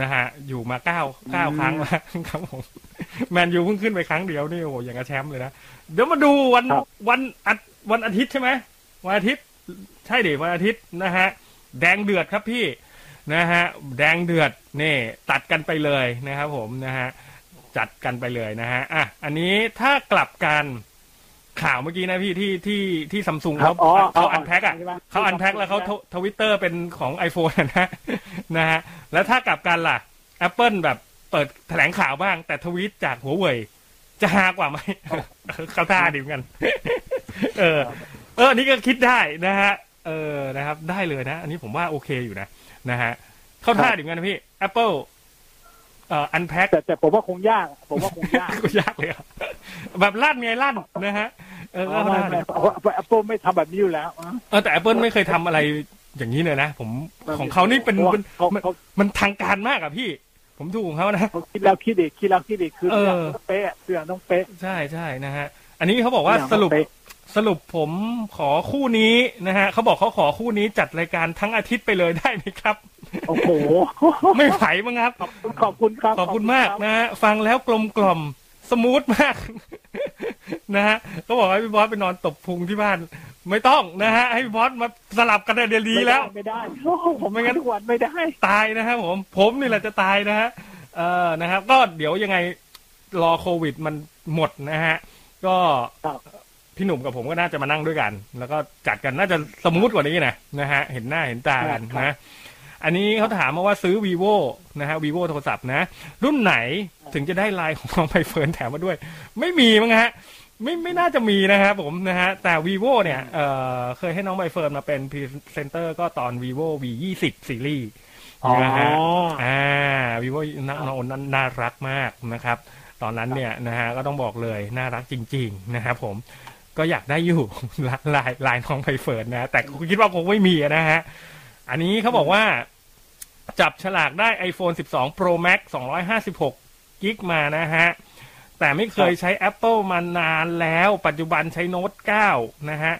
นะฮะ อยู่มาเก้าเก้า
อืม
ครั้งแล้วครับผมแมนยูเพิ่งขึ้นไปครั้งเดียวนี่โอ้โหอย่างกับแชมป์เลยนะ เดี๋ยวมาดูวัน
ครับ
วันอาทิตย์วันอาทิตย์ใช่ไหมวันอาทิตย์ใช่ดิวันอาทิตย์นะฮะ แดงเดือดครับพี่นะฮะ แดงเดือดนี่ ตัดกันไปเลยนะครับผมนะฮะ จัดกันไปเลยนะฮะอ่ะอันนี้ถ้ากลับกันข่าวเมื่อกี้นะพี่ที่ที่ที่ซัมซุง
ครั
เขา
บอ๋อ
เขา
อ๋อ
อันแพ็กอ่ะ
ใช่ปะ
เขาอันแพ็กแล้วเขาทวทวิตเตอร์เป็นของ iPhone อะ *laughs* นะนะฮะแล้วถ้ากลับกันล่ะ Apple แบบเปิดแถลงข่าวบ้าง แต่ทวิตจากหัวเว่ยจะหากว่าไหม *laughs* เขาท่าดิมอนกัน *laughs* เออ เอออันนี้ก็คิดได้นะฮะ เออนะครับ ได้เลยนะ อันนี้ผมว่าโอเคอยู่นะนะฮะเข้าท่าดิมอนกันนะพี่ Apple เอ่ออันแพ็ก
แต่แต่ผมว่าคงยาก ผมว่าคงยาก
ก็ยากเลยอะแบบลั่นไงลั่นนะฮะเออ
ไม่
ก็ได้
ไม่แอปเปิลไม่ทำแบบนี้อยู่แล้วอ่ะ
เออแต่ Apple ไม่เคยทำอะไรอย่างนี้เลยนะ ผมของเขานี่เป็น
พระว่
มัน
เขา
มัน
เขา
มันทางการมากอะพี่ ผมดูของเขานะ *laughs*
เขาคิดแล้วคิดอีกคิดแล้วคิดอีกคือ
เออ
ทุกอย่างต้องเป๊ะทุกอย่างต้องเป๊ะ
ใช่ใช่นะฮะ อันนี้เขาบอกว่า
ทุกอย่ง
สรุป
ต้องเป๊ะ
สรุปผมขอคู่นี้นะฮะเขาบอกเขาขอคู่นี้จัดรายการทั้งอาทิตย์ไปเลย *laughs* ได้ไหมครับ
โอ้โห
ไม่ไหวมั้งครับ
ขอบคุณขอบคุณครับ
ขอบคุณมากนะฮะฟังแล้วกลมกล่อมสมูทมาก *laughs* นะฮะก็บอกให้พี่บอสไปนอนตบพุงที่บ้าน ไม่ต้องนะฮะ ให้พี่บอสมาสลับกันในเดลีแล้ว
ไม่ได้ไม่ได้โอ้โหผมไม่งั้นทุกวันไม่ได้
ตายนะครับผม ผมนี่แหละจะตายนะฮะเออนะครับ ก็เดี๋ยวยังไงรอโควิดมันหมดนะฮะ ก็
ครับ
พี่หนุ่มกับผมก็น่าจะมานั่งด้วยกัน แล้วก็จัดกันน่าจะสมูทกว่านี้นะนะฮะ เห็นหน้าเห็นตากันนะ อันนี้เขาถามมาว่าซื้อ vivo นะฮะ vivo โทรศัพท์นะ รุ่นไหนถึงจะได้ไลน์ของน้องใบเฟิร์นแถมมาด้วย ไม่มีมั้งฮะ ไม่ไม่น่าจะมีนะครับผมนะฮะ แต่ vivo เนี่ยเอ่อเคยให้น้องใบเฟิร์นมาเป็นพรีเซนเตอร์ก็ตอน vivo v ยี่สิบซีรีส์ นะฮะ อ่าวิวน่าน้องนั้นน่ารักมากนะครับ ตอนนั้นเนี่ยนะฮะก็ต้องบอกเลยน่ารักจริง ๆ นะครับผมก็อยากได้อยู่ *laughs* ลายลายลายน้องใบเฟิร์นนะแต่คิดว่าคงไม่มีนะฮะ อันนี้เขาบอกว่า จับฉลากได้ iPhone 12 Pro Max 256กิกมานะฮะ แต่ไม่เคยใช้ Apple มานานแล้ว ปัจจุบันใช้โน้ต9นะฮะ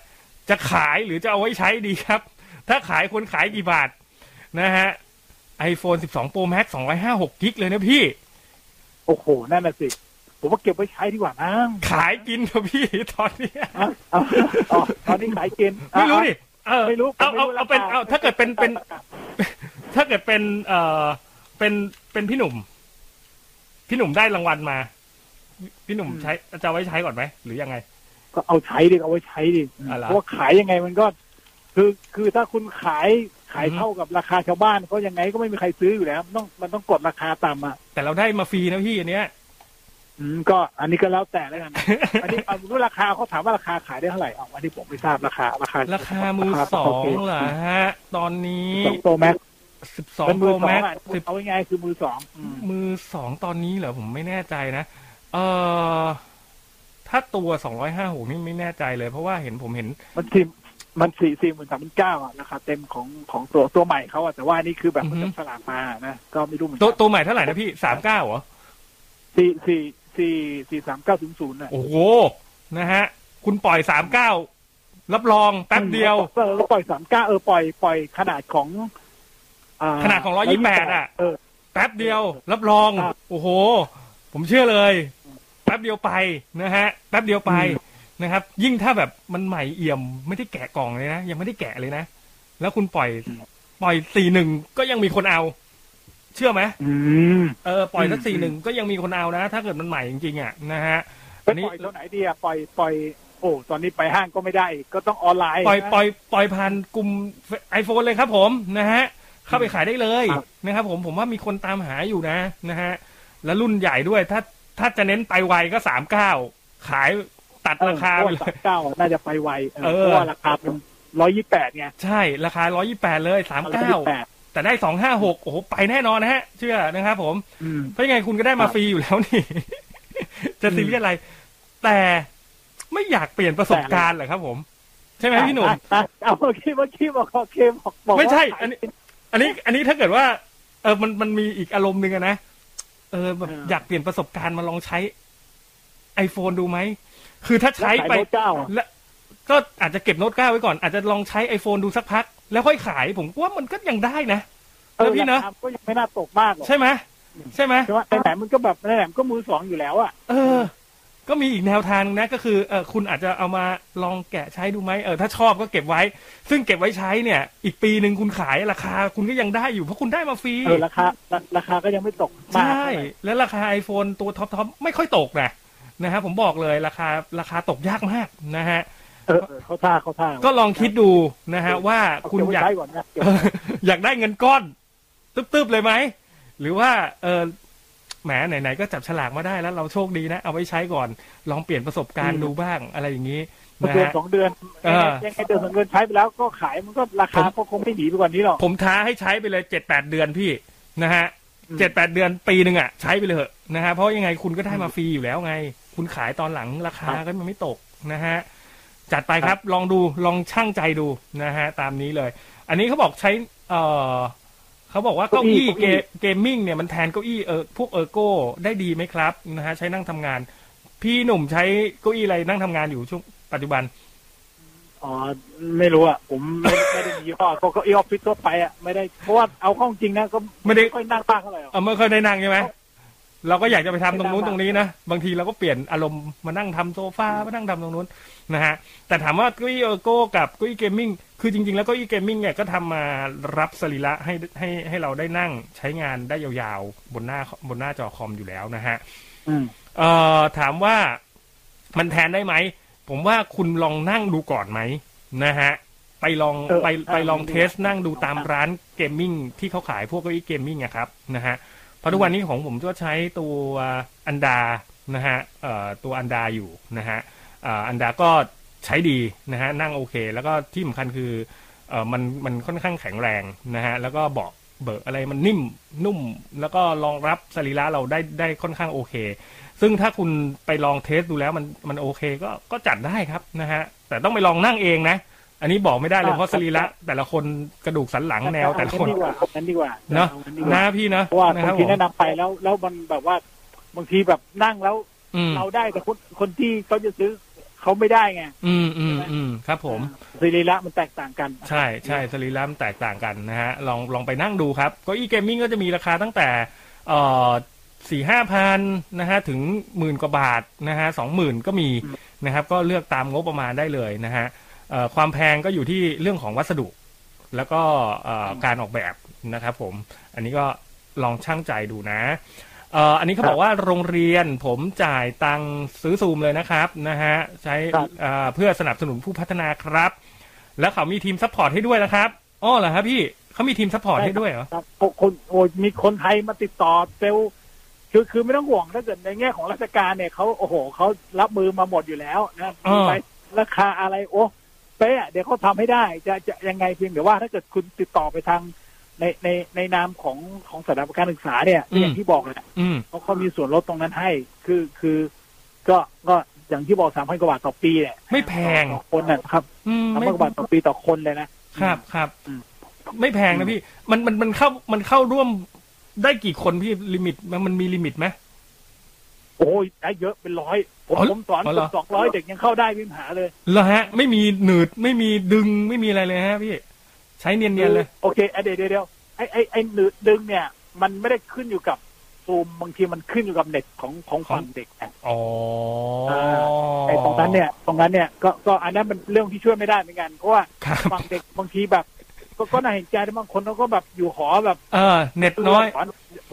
จะขายหรือจะเอาไว้ใช้ดีครับ ถ้าขายควรขายกี่บาทนะฮะ iPhone 12 Pro Max 256กิกเลยนะพี่
โอ้โห นั่นน่ะสิ ผมว่าเก็บไว้ใช้ดีกว่านะ
ขายกินเถอะพี่ ตอนเนี้ย
อ่ะเอาเอาตอนนี้ขายเกณฑ์
ไม่รู้ดิเออ
ไม่รู้ผม
เอา
ไม่
เอา
รู้
เอาเป็น
รค
เอาถ้าเกิดเป็นเป็น ถ้าเกิดเป็นเอ่อเป็นเป็นพี่หนุ่ม พี่หนุ่มได้รางวัลมา พี่หนุ่มใช้จะเอาไว้ใช้ก่อนไหมหรือยังไง
ก็เอาใช้ดิเอาไว้ใช้ดิ
อ่ะเหรอ
เพราะว่าขายยังไงมันก็ คือคือถ้าคุณขายขาย
อืม
เท่ากับราคาชาวบ้านก็ยังไงก็ไม่มีใครซื้ออยู่แล้วมันต้องมันต้องกดราคาต่ำอ่ะ
แต่เราได้มาฟรีนะพี่อันเนี้ย
อืมก็อันนี้ก็แล้วแต่แล้ว
*laughs*
กันอันนี้เอารู้ราคาเขาถามว่าราคาขายได้เท่าไหร่เอาอันนี้ผมไม่ทราบราคาราคา
ราคามือสองเหรอฮะ ตอนนี้
สองโตแม็ก
สิบสอง
เป็น
โป
มื
ร
อสอง
แม็ก
อ่ะ
สิบ
เอาง่ายๆคือมือสอง
มือสองตอนนี้เหรอผมไม่แน่ใจนะเออถ้าตัวสองร้อยห้าหกนี่ไม่แน่ใจเลย เพราะว่าเห็นผมเห็น
มันสี่มันสี่สี่หมื่นสามพันเก้าอ่ะราคาเต็มของของตัวตัวใหม่เขาอ่ะแต่ว่านี่คือแบบ
อื
มั
อนฮึ
จะสลากมานะก็ไม่รู้เหมือน
ตัว
กัน
ตัวใหม่เท่าไหร่นะพี่สามเก้าเหรอ
สี่สี่สี่สี่สามเก้าศูนย์ศูนย์น่ะ
โอ้โห นะฮะ คุณปล่อยสามเก้ารับรองแป๊บเดียว
เออปล่อยสามเก้าเออปล่อยปล่อยขนาดของอ่
ขนาดของ128อ่ะ
เออ
แป๊บเดียว รับรอง
ครับ
โอ้โห ผมเชื่อเลย แป๊บเดียวไปนะฮะ แป๊บเดียวไป
อืม
นะครับ ยิ่งถ้าแบบมันใหม่เอี่ยม ไม่ได้แกะกล่องเลยนะ ยังไม่ได้แกะเลยนะ แล้วคุณปล่อย ปล่อยสี่หนึ่งก็ยังมีคนเอา เชื่อไหม
อืม
เออ ปล่อยสัก
อืม
สี่หนึ่งก็ยังมีคนเอานะ ถ้าเกิดมันใหม่จริงๆอ่ะนะฮะ
ไป
อันนี้
ปล่อยตัวไหนดีอ่ะปล่อยปล่อยโอ้ตอนนี้ไปห้างก็ไม่ได้อีกก็ต้องออนไลน์
ปล่อย
นะ
ปล่อยปล่อยผ่านกลุ่ม iPhone เลยครับผมนะฮะ เข้าไปขายได้เลยนะครับผมผมว่ามีคนตามหาอยู่นะนะฮะ และรุ่นใหญ่ด้วยถ้าถ้าจะเน้นไปไวก็สามเก้าขายตัด
เออ
ราคาไปเล
สาย มเก้าน่าจะไปไวเออ
เออ
เพราะว่าราคาเป็นร้อยยี่แปดไง
ใช่ราคาร้อยี่แปดเลยสามเก้า
128
แต่ได้สองห้าหกโอ้โห ไปแน่นอนนะฮะ เชื่อนะครับผม
อืม
เพราะยังไงคุณก็ได้มา
ครับ
ฟรีอยู่แล้วนี่ *laughs* จะซีเรียสอะไร แต่ไม่อยากเปลี่ยนประสบ
แต่อะไร
การณ์เหรอครับผม ใช่ไหมพี่หนุ่ม
อ่ะอ่ะเอาเมื่อกี้เมื่อกี้บอกโอเคบอกบอกว่า
ไม่ใช่อันนี้ อันนี้อันนี้ถ้าเกิดว่า เออมันมันมีอีกอารมณ์หนึ่งอะนะเออแบบอยากเปลี่ยนประสบการณ์มาลองใช้ iPhone ดูไหม คือถ้าใช้ไป
ขายโน้ตเก้าอ่ะ
แล้วก็อาจจะเก็บโน้ตเก้าไว้ก่อน อาจจะลองใช้ iPhone ดูสักพัก แล้วค่อยขายผมว่ามันก็ยังได้นะ นะพี่เนอะ
ราคาก็ยังไม่น่าตกมากหรอก
ใช่ไหมใช่ไหม
ใช่ไหมไหนๆมันก็แบบไหนๆมันก็มือสองอยู่แล้วอ่ะ
เออ ก็มีอีกแนวทางนะก็คือเออคุณอาจจะเอามาลองแกะใช้ดูไหมเออถ้าชอบก็เก็บไว้ ซึ่งเก็บไว้ใช้เนี่ย อีกปีหนึ่งคุณขายราคาคุณก็ยังได้อยู่เพราะคุณได้มาฟรี
เออราคาราราคาก็ยังไม่ตก
ใช
มากเท่า
่
ไหร่
แล้วราคา iPhone ตัวท็อปทอปไม่ค่อยตกนะนะฮะผมบอกเลยราคาราคาตกยากมากนะฮะ
เออเออเขาท่าเขาท่า
ก็ลองคิดดูนะฮะว่า
เเบ
คุณอยาก
ไว้ใช้ก่อนนะเก็บ
เออ *laughs* อยากได้เงินก้อนตึ๊บๆเลยไหม หรือว่าเออแหมไหนๆก็จับฉลากมาได้แล้วเราโชคดีนะ เอาไว้ใช้ก่อน ลองเปลี่ยนประสบการณ์ดูบ้างอะไรอย่างนี้
มา
นะ
เดือน
ฮะ
สองเดือน
เออ
ยังไงเดือนสองเดือนใช้ไปแล้วก็ขายมันก็ราคา
ผม
ก็คงไม่หนีไปกว่านี้หรอก
ผมท้าให้ใช้ไปเลยเจ็ดแปดเดือนพี่นะฮะ
อืม
เจ็ดแปดเดือนปีหนึ่งอ่ะ ใช้ไปเลยเหอะนะฮะเพราะยังไงคุณก็ได้มาฟรีอยู่แล้วไง คุณขายตอนหลังราคาก็มันไม่ตกนะฮะจัดไปครับลองดูลองช่างใจดูนะฮะตามนี้เลย อันนี้เขาบอกใช้ เออเขาบอกว่าเก้าอี้เกมเกมมิ่งเนี่ยมันแทนเก้าอี้เออพวกเออร์โก้ได้ดีไหมครับนะฮะใช้นั่งทำงาน พี่หนุ่มใช้เก้าอี้อะไรนั่งทำงานอยู่ช่วงปัจจุบัน
อ๋อไม่รู้อ่ะผมไม่ไม่ได้มี *laughs* ยี่ห้อก็ก็อีออฟฟิศทั่วไปอ่ะไม่ได้เพราะว่าเอาเข้อจริงนะก็
ไม่ได้
ค่อยนั่งบ้างเท่าไหร่หรอก
เอาไม่ค่อยได้นั่งใช่ไหม เราก็อยากจะไปทำ
ไม่
ตรงนู้น
นั่ง
ตรงนี้นะ บางทีเราก็เปลี่ยนอารมณ์มานั่งทำโซฟามานั่งทำตรงนู้นนะฮะ แต่ถามว่าเกุ้ยเออโก้กับเกุ้ยเกมมิ่ง คือจริง ๆ แล้วเก็อีเกมมิ่งเนี่ยก็ทำมารับสรีระให้ให้ให้เราได้นั่งใช้งานได้ยาวๆ บนหน้าบนหน้าจอคอมอยู่แล้วนะฮะ
อืม
เอ่อถามว่ามันแทนได้ไหม ผมว่าคุณลองนั่งดูก่อนไหมนะฮะ ไปลองไปไปลองเทสนั่งดูตามร้านเกมมิ่งที่เขาขายพวกเก้าอี้เกมมิ่งอะครับนะฮะเพราะทุกวันนี้ของผมก็ใช้ตัวอันดานะฮะเอ่อตัวอันดาอยู่นะฮะเอ่ออันดาก็ใช้ดีนะฮะนั่งโอเค แล้วก็ที่สำคัญคือเอ่อมันมันค่อนข้างแข็งแรงนะฮะแล้วก็เบาะเบอะอะไรมันนิ่มนุ่ม แล้วก็รองรับสรีระเราได้ได้ค่อนข้างโอเค ซึ่งถ้าคุณไปลองเทสดูแล้วมันมันโอเคก็ก็จัดได้ครับนะฮะ แต่ต้องไปลองนั่งเองนะ อันนี้บอกไม่ได้เลยเพราะสรีระแต่ละคนกระดูกสันหลังแนวแต่ละคน
เอางั้ดีกว่าเอางั้นดีกว่า
เนาะ
องั้ดีกว่า
นะพี่เนาะ
เพราะว่า
นะค
บาง
รับ
ที
ผม
แนะนำไปแล้วแล้วมันแบบว่าบางทีแบบนั่งแล้ว
อืม
เราได้แต่คนคนที่เขาจะซื้อเขาไม่ได้ไง
อืมอืมอืมครับผม
สรีระมันแตกต่างกัน
ใช่ใช่สรีระมันแตกต่างกันนะฮะ ลองลองไปนั่งดูครับเก็อีเกมมิ่งก็จะมีราคาตั้งแต่เอ่อสี่ห้าพันนะฮะ ถึงหมื่นกว่าบาทนะฮะสองหมื่นก็มีนะครับ ก็เลือกตามงบประมาณได้เลยนะฮะเอ่อความแพงก็อยู่ที่เรื่องของวัสดุ แล้วก็เอ่อการออกแบบนะครับผม อันนี้ก็ลองช่างใจดูนะเอ่ออันนี้เขาบอกว่าโรงเรียนผมจ่ายตังค์ซื้อซูมเลยนะครับนะฮะใช้
ครับ
เอ่อเพื่อสนับสนุนผู้พัฒนาครับ แล้วเขามีทีมซัพพอร์ตให้ด้วยนะครับอ้อเหรอครับพี่เขามีทีมซัพพอร์ตให้ด้วยเหรอ
ครับคนโอ้ยมีคนไทยมาติดต่อเซลล์คือคือไม่ต้องห่วงถ้าเกิดในแง่ของราชการเนี่ยเขาโอ้โหเขารับมือมาหมดอยู่แล้วนะ
อ่า
ไปราคาอะไรโอ้เป๊ะอะเดี๋ยวเขาทำให้ได้จะจะยังไงเพียงแต่ว่าถ้าเกิดคุณติดต่อไปทางในในในนามของของสถาบันการศึกษาเนี่ยก็อย่างที่บอกแหละ
อืม
เขาเขามีส่วนลดตรงนั้นให้ คือคือ ก็ก็อย่างที่บอกสามพันกว่าบาทต่อปีเนี่ย
ไม่แพง
ต่อคนนะครับ
อืม
สาม
ไม่
พันกว่าบาทต่อปีต่อคนเลยนะ
ครับครับ
อืม
ไม่แพงนะพี่ มันมันมันเข้ามันเข้าร่วมได้กี่คนพี่ลิมิตมันมันมีลิมิตไหม
โอ้ยได้เยอะเป็นร้อย ผม
อ๋อ
ผมสอน
อ๋อเหรอ
สองร้อยเด็กยังเข้าได้วิ่งหาเลย
เหรอฮะ ไม่มีหนืดไม่มีดึงไม่มีอะไรเลยฮะพี่ ใช้เนียนๆเลย
โอเคอ่ะเดี๋ยวเดี๋ยวเดี๋ยวไอ้ไอ้ไอ้หนึ่งดึงเนี่ย มันไม่ได้ขึ้นอยู่กับซูมบางทีมันขึ้นอยู่กับเน็ตของของฝั่งเด็กนะ
อ๋ออา
ไอ้ตรงนั้นเนี่ยตรงนั้นเนี่ยก็ก็อันนั้นมันเรื่องที่ช่วยไม่ได้เหมือนกันเพราะว่า
ครับ
ฝั่งเด็กบางทีแบบ ก็ก็น่าเห็นใจนะบางคนเขาก็แบบอยู่หอแบบ
เออเน็ตน้อย
ส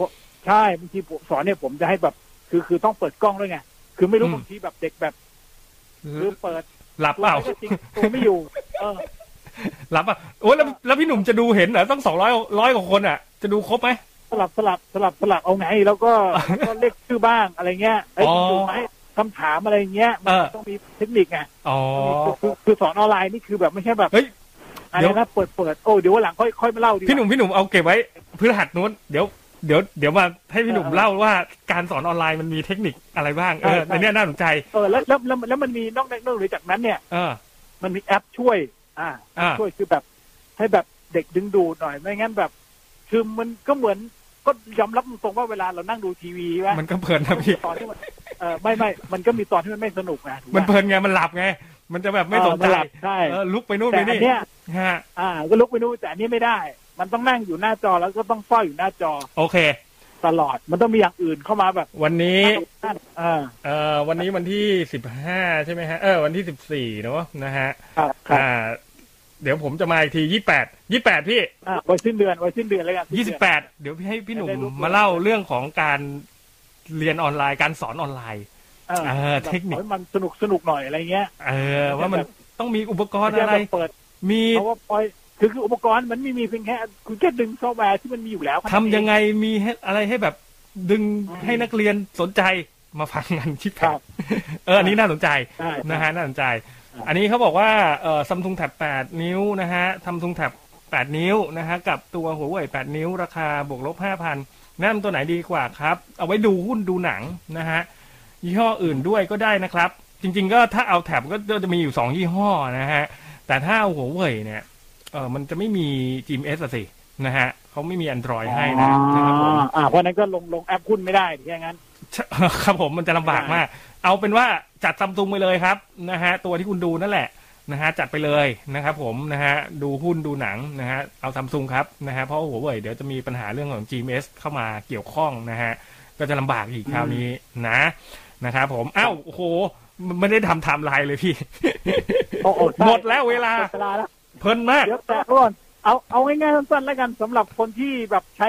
ผมใช่บางทีผมสอนเนี่ยผมจะให้แบบ คือคือต้องเปิดกล้องด้วยไง คือไม่รู้
อืม
บางทีแบบเด็กแบบคือเปิด
หลับเปล่า
ตัวไม่ได้จริงตัวไม่อยู่ เออ
หลับอ่ะโอ้ยแล้วแล้วพี่หนุ่มจะดูเห็นเหรอต้องสองร้อยร้อยกว่าคนอ่ะ จะดูครบไหม
สลับสลับสลับสลับเอาไง แล้วก็ ก็เรียกชื่อบ้างอะไรเงี้ยไอ้ย
อ๋อ
คุณดูไหมคำถามอะไรเงี้ยมั
เออ
ต้องมีเทคนิคไง
อ๋อ
คือคือคือสอนออนไลน์นี่คือแบบไม่ใช่แบบ
เฮ้ย
อะไร
เดี๋ยว
นะเปิดเปิดโอ้เดี๋ยววันหลังค่อยค่อยมาเล่าดีกว่า
พี่หนุ่มพี่หนุ่มเอาเก็บไว้พฤหัสนู้นเดี๋ยวเดี๋ยวเดี๋ยวมาให้พี่หนุ่ม
เออ
เล่าว่าการสอนออนไลน์มันมีเทคนิคอะไรบ้างเออ
ใช่ใช่
ในเนี้ยน่าสนใจ
เออแล้วแล้วแล้วแล้วมันมีนอกจากนอกเหนือจากนั้นเนี่ย
เออ
มันมีแอปช่วย อ่า
อ่า
ช่วยคือแบบ ให้แบบเด็กดึงดูดหน่อยไม่งั้นแบบ คือมันก็เหมือนก็ยอมรับตรงๆว่าเวลาเรานั่งดูทีวีว่า
มันก็ *laughs* เพลินนะพี่
ตอนที่มันเออไม่ไม่มันก็มีตอนที่มันไม่สนุกนะถูกปะ
มันเพลินไงมันหลับไง มันจะแบบไม่สนใจ
เออมันหลับใช่
เออลุกไปนู่น
แต่
ไป
อั
นี่
นเนี้ย
ฮะ
อ่า ก็ลุกไปนู่นแต่อันนี้ไม่ได้ มันต้องนั่งอยู่หน้าจอแล้วก็ต้องเฝ้าอยู่หน้าจอ
โอเค
ตลอด มันต้องมีอย่างอื่นเข้ามาแบบ
วันนี้
นั่นอ่า
เอ่อวันนี้วันที่สิบห้าใช่ไหมฮะเออวันที่สิบสี่เนาะนะฮะ
ครับครับ
อ่า เดี๋ยวผมจะมาอีกทียี่แปดยี่แปดพี่
อ่าไว้สิ้นเดือนไว้สิ้นเดือนแล้วกัน
ยี่สิ
สิ้
บ
น
แป
เอน
ดเดี๋ยวพี่ให้พี่หนุ่ม
ได้รู้ตัว
มาเล่าเรื่องของการเรียนออนไลน์การสอนออนไลน์
า
เออเทคนิค
แบบให้มันสนุกสนุกหน่อยอะไรเงี้ย
เออว่ามัน
แบบ
ต้องมีอุปกรณ์
ม่
อะไร
ใช่แบบเปิด
มี
เพราะว่าพอยคือคืออุปกรณ์มันไม่มีเพียงแค่คุณแค่ดึงซอฟต์แวร์ที่มันมีอยู่แล้ว
ทำยังไงมีให้อะไรให้แบบดึงให้นักเรียนสนใจมาฟังกันชิปแพ
ครั
ด
บ
เอออันนี้น่าสนใจ
ใช่
นะฮะน่าสนใจ
ครับ
อันนี้เขาบอกว่าเอ่อซัมซุงแท็บ8 นิ้วนะฮะซัมซุงแท็บ8 นิ้วนะฮะกับตัวหัวเว่ย8 นิ้ว ราคาบวกลบ 5,000แนะนำตัวไหนดีกว่าครับ เอาไว้ดูหุ้นดูหนังนะฮะยี่ห้ออื่นด้วยก็ได้นะครับ จริงๆก็ถ้าเอาแท็บก็จะมีอยู่ 2 ยี่ห้อนะฮะ แต่ถ้าเอาหัวเว่ยเนี่ยเออมันจะไม่มี GMS อะสินะฮะเขาไม่มี Android ให้นะนะครับผม
าอ่าเพราะฉะนั้นก็ลงลงแอปหุ้นไม่ได้แค่างนั้น
ใช่ *laughs* ครับผมมันจะลำบากมาก เอาเป็นว่าจัดซัมซุงไปเลยครับนะฮะตัวที่คุณดูนั่นแหละนะฮะจัดไปเลยนะครับผมนะฮะดูหุ้นดูหนังนะฮะเอาซัมซุงครับนะฮะเพราะหัวเว่ยเดี๋ยวจะมีปัญหาเรื่องของ GMS เข้ามาเกี่ยวข้องนะฮะก็จะลำบากอีกคราวนี้นะนะครับผมอ้าวโอ้โหไม่ได้ทำไทม์ไลน์เลยพี่
โอ้โใช่
หมดแล้วเวลา
หมดเวลาแล้ว
เพลินมาก
เดี๋ยวแต่ก่อนเอาเอาง่ายๆสั้นๆแล้วกันสำหรับคนที่แบบใช้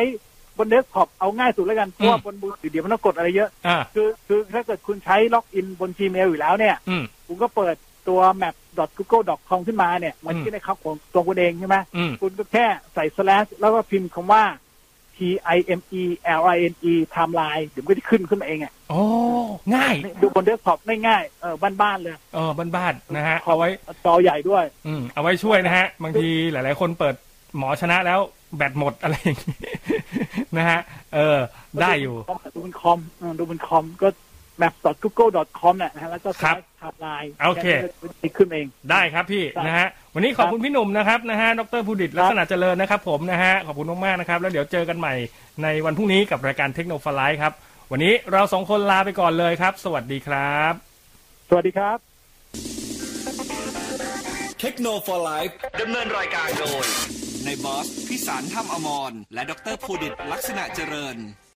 บนเดสก์ท็อปเอาง่ายสุดแล้วกันเพ
อืม
ราะว่าบนมือถือเดี๋ยวมันต้องกดอะไรเยอะ
อ่า
คือคือถ้าเกิดคุณใช้ล็อกอินบน Gmail อยู่แล้วเนี่ย
อืม
คุณก็เปิดตัว map.google.com ขึ้นมาเนี่ย มัน
อืม
ที่ในครับของตัวคุณเองใช่ไหม
อืม
คุณก็แค่ใส่ slash แล้วก็พิมพ์คำว่า t i m e l i n e timeline เดี๋ยวมันก็จะขึ้นขึ้นมาเองอ่ะ
โอ้ง่าย
ดูบนเดสก์ท็อปง่ายๆเออบ้านๆเลย
เออบ้านๆนะฮะเอาไว้
จอใหญ่ด้วย
อืมเอาไว้ช่วยนะฮะ บางทีหลาย ๆ คนเปิดหมอชนะแล้วแบตหมดอะไรอย่างงี้ *laughs* นะฮะ เออ ได้อยู่
ดูบนคอมเออดูบนคอมก็ map.google.com น่ะนะฮะแล้วก็
ครับ
ทับไลน์
โอเค
ขึ้นเอง
ได้ครับพี่
ครับ
นะฮะ วันนี้ขอบคุณพี่หนุ่มนะครับนะฮะดรพูดิตลักษณะเจริญนะครับผมนะฮะ ขอบคุณมากๆนะครับ แล้วเดี๋ยวเจอกันใหม่ในวันพรุ่งนี้กับรายการเทคโนโลยีครับ วันนี้เราสองคนลาไปก่อนเลยครับ สวัสดีครับ
สวัสดีครับ
เทคโนโลยี
ดำเนินรายการโดย
ในบอสพิสารถ้ำอมรและดรพูดิตลักษณะเจริญ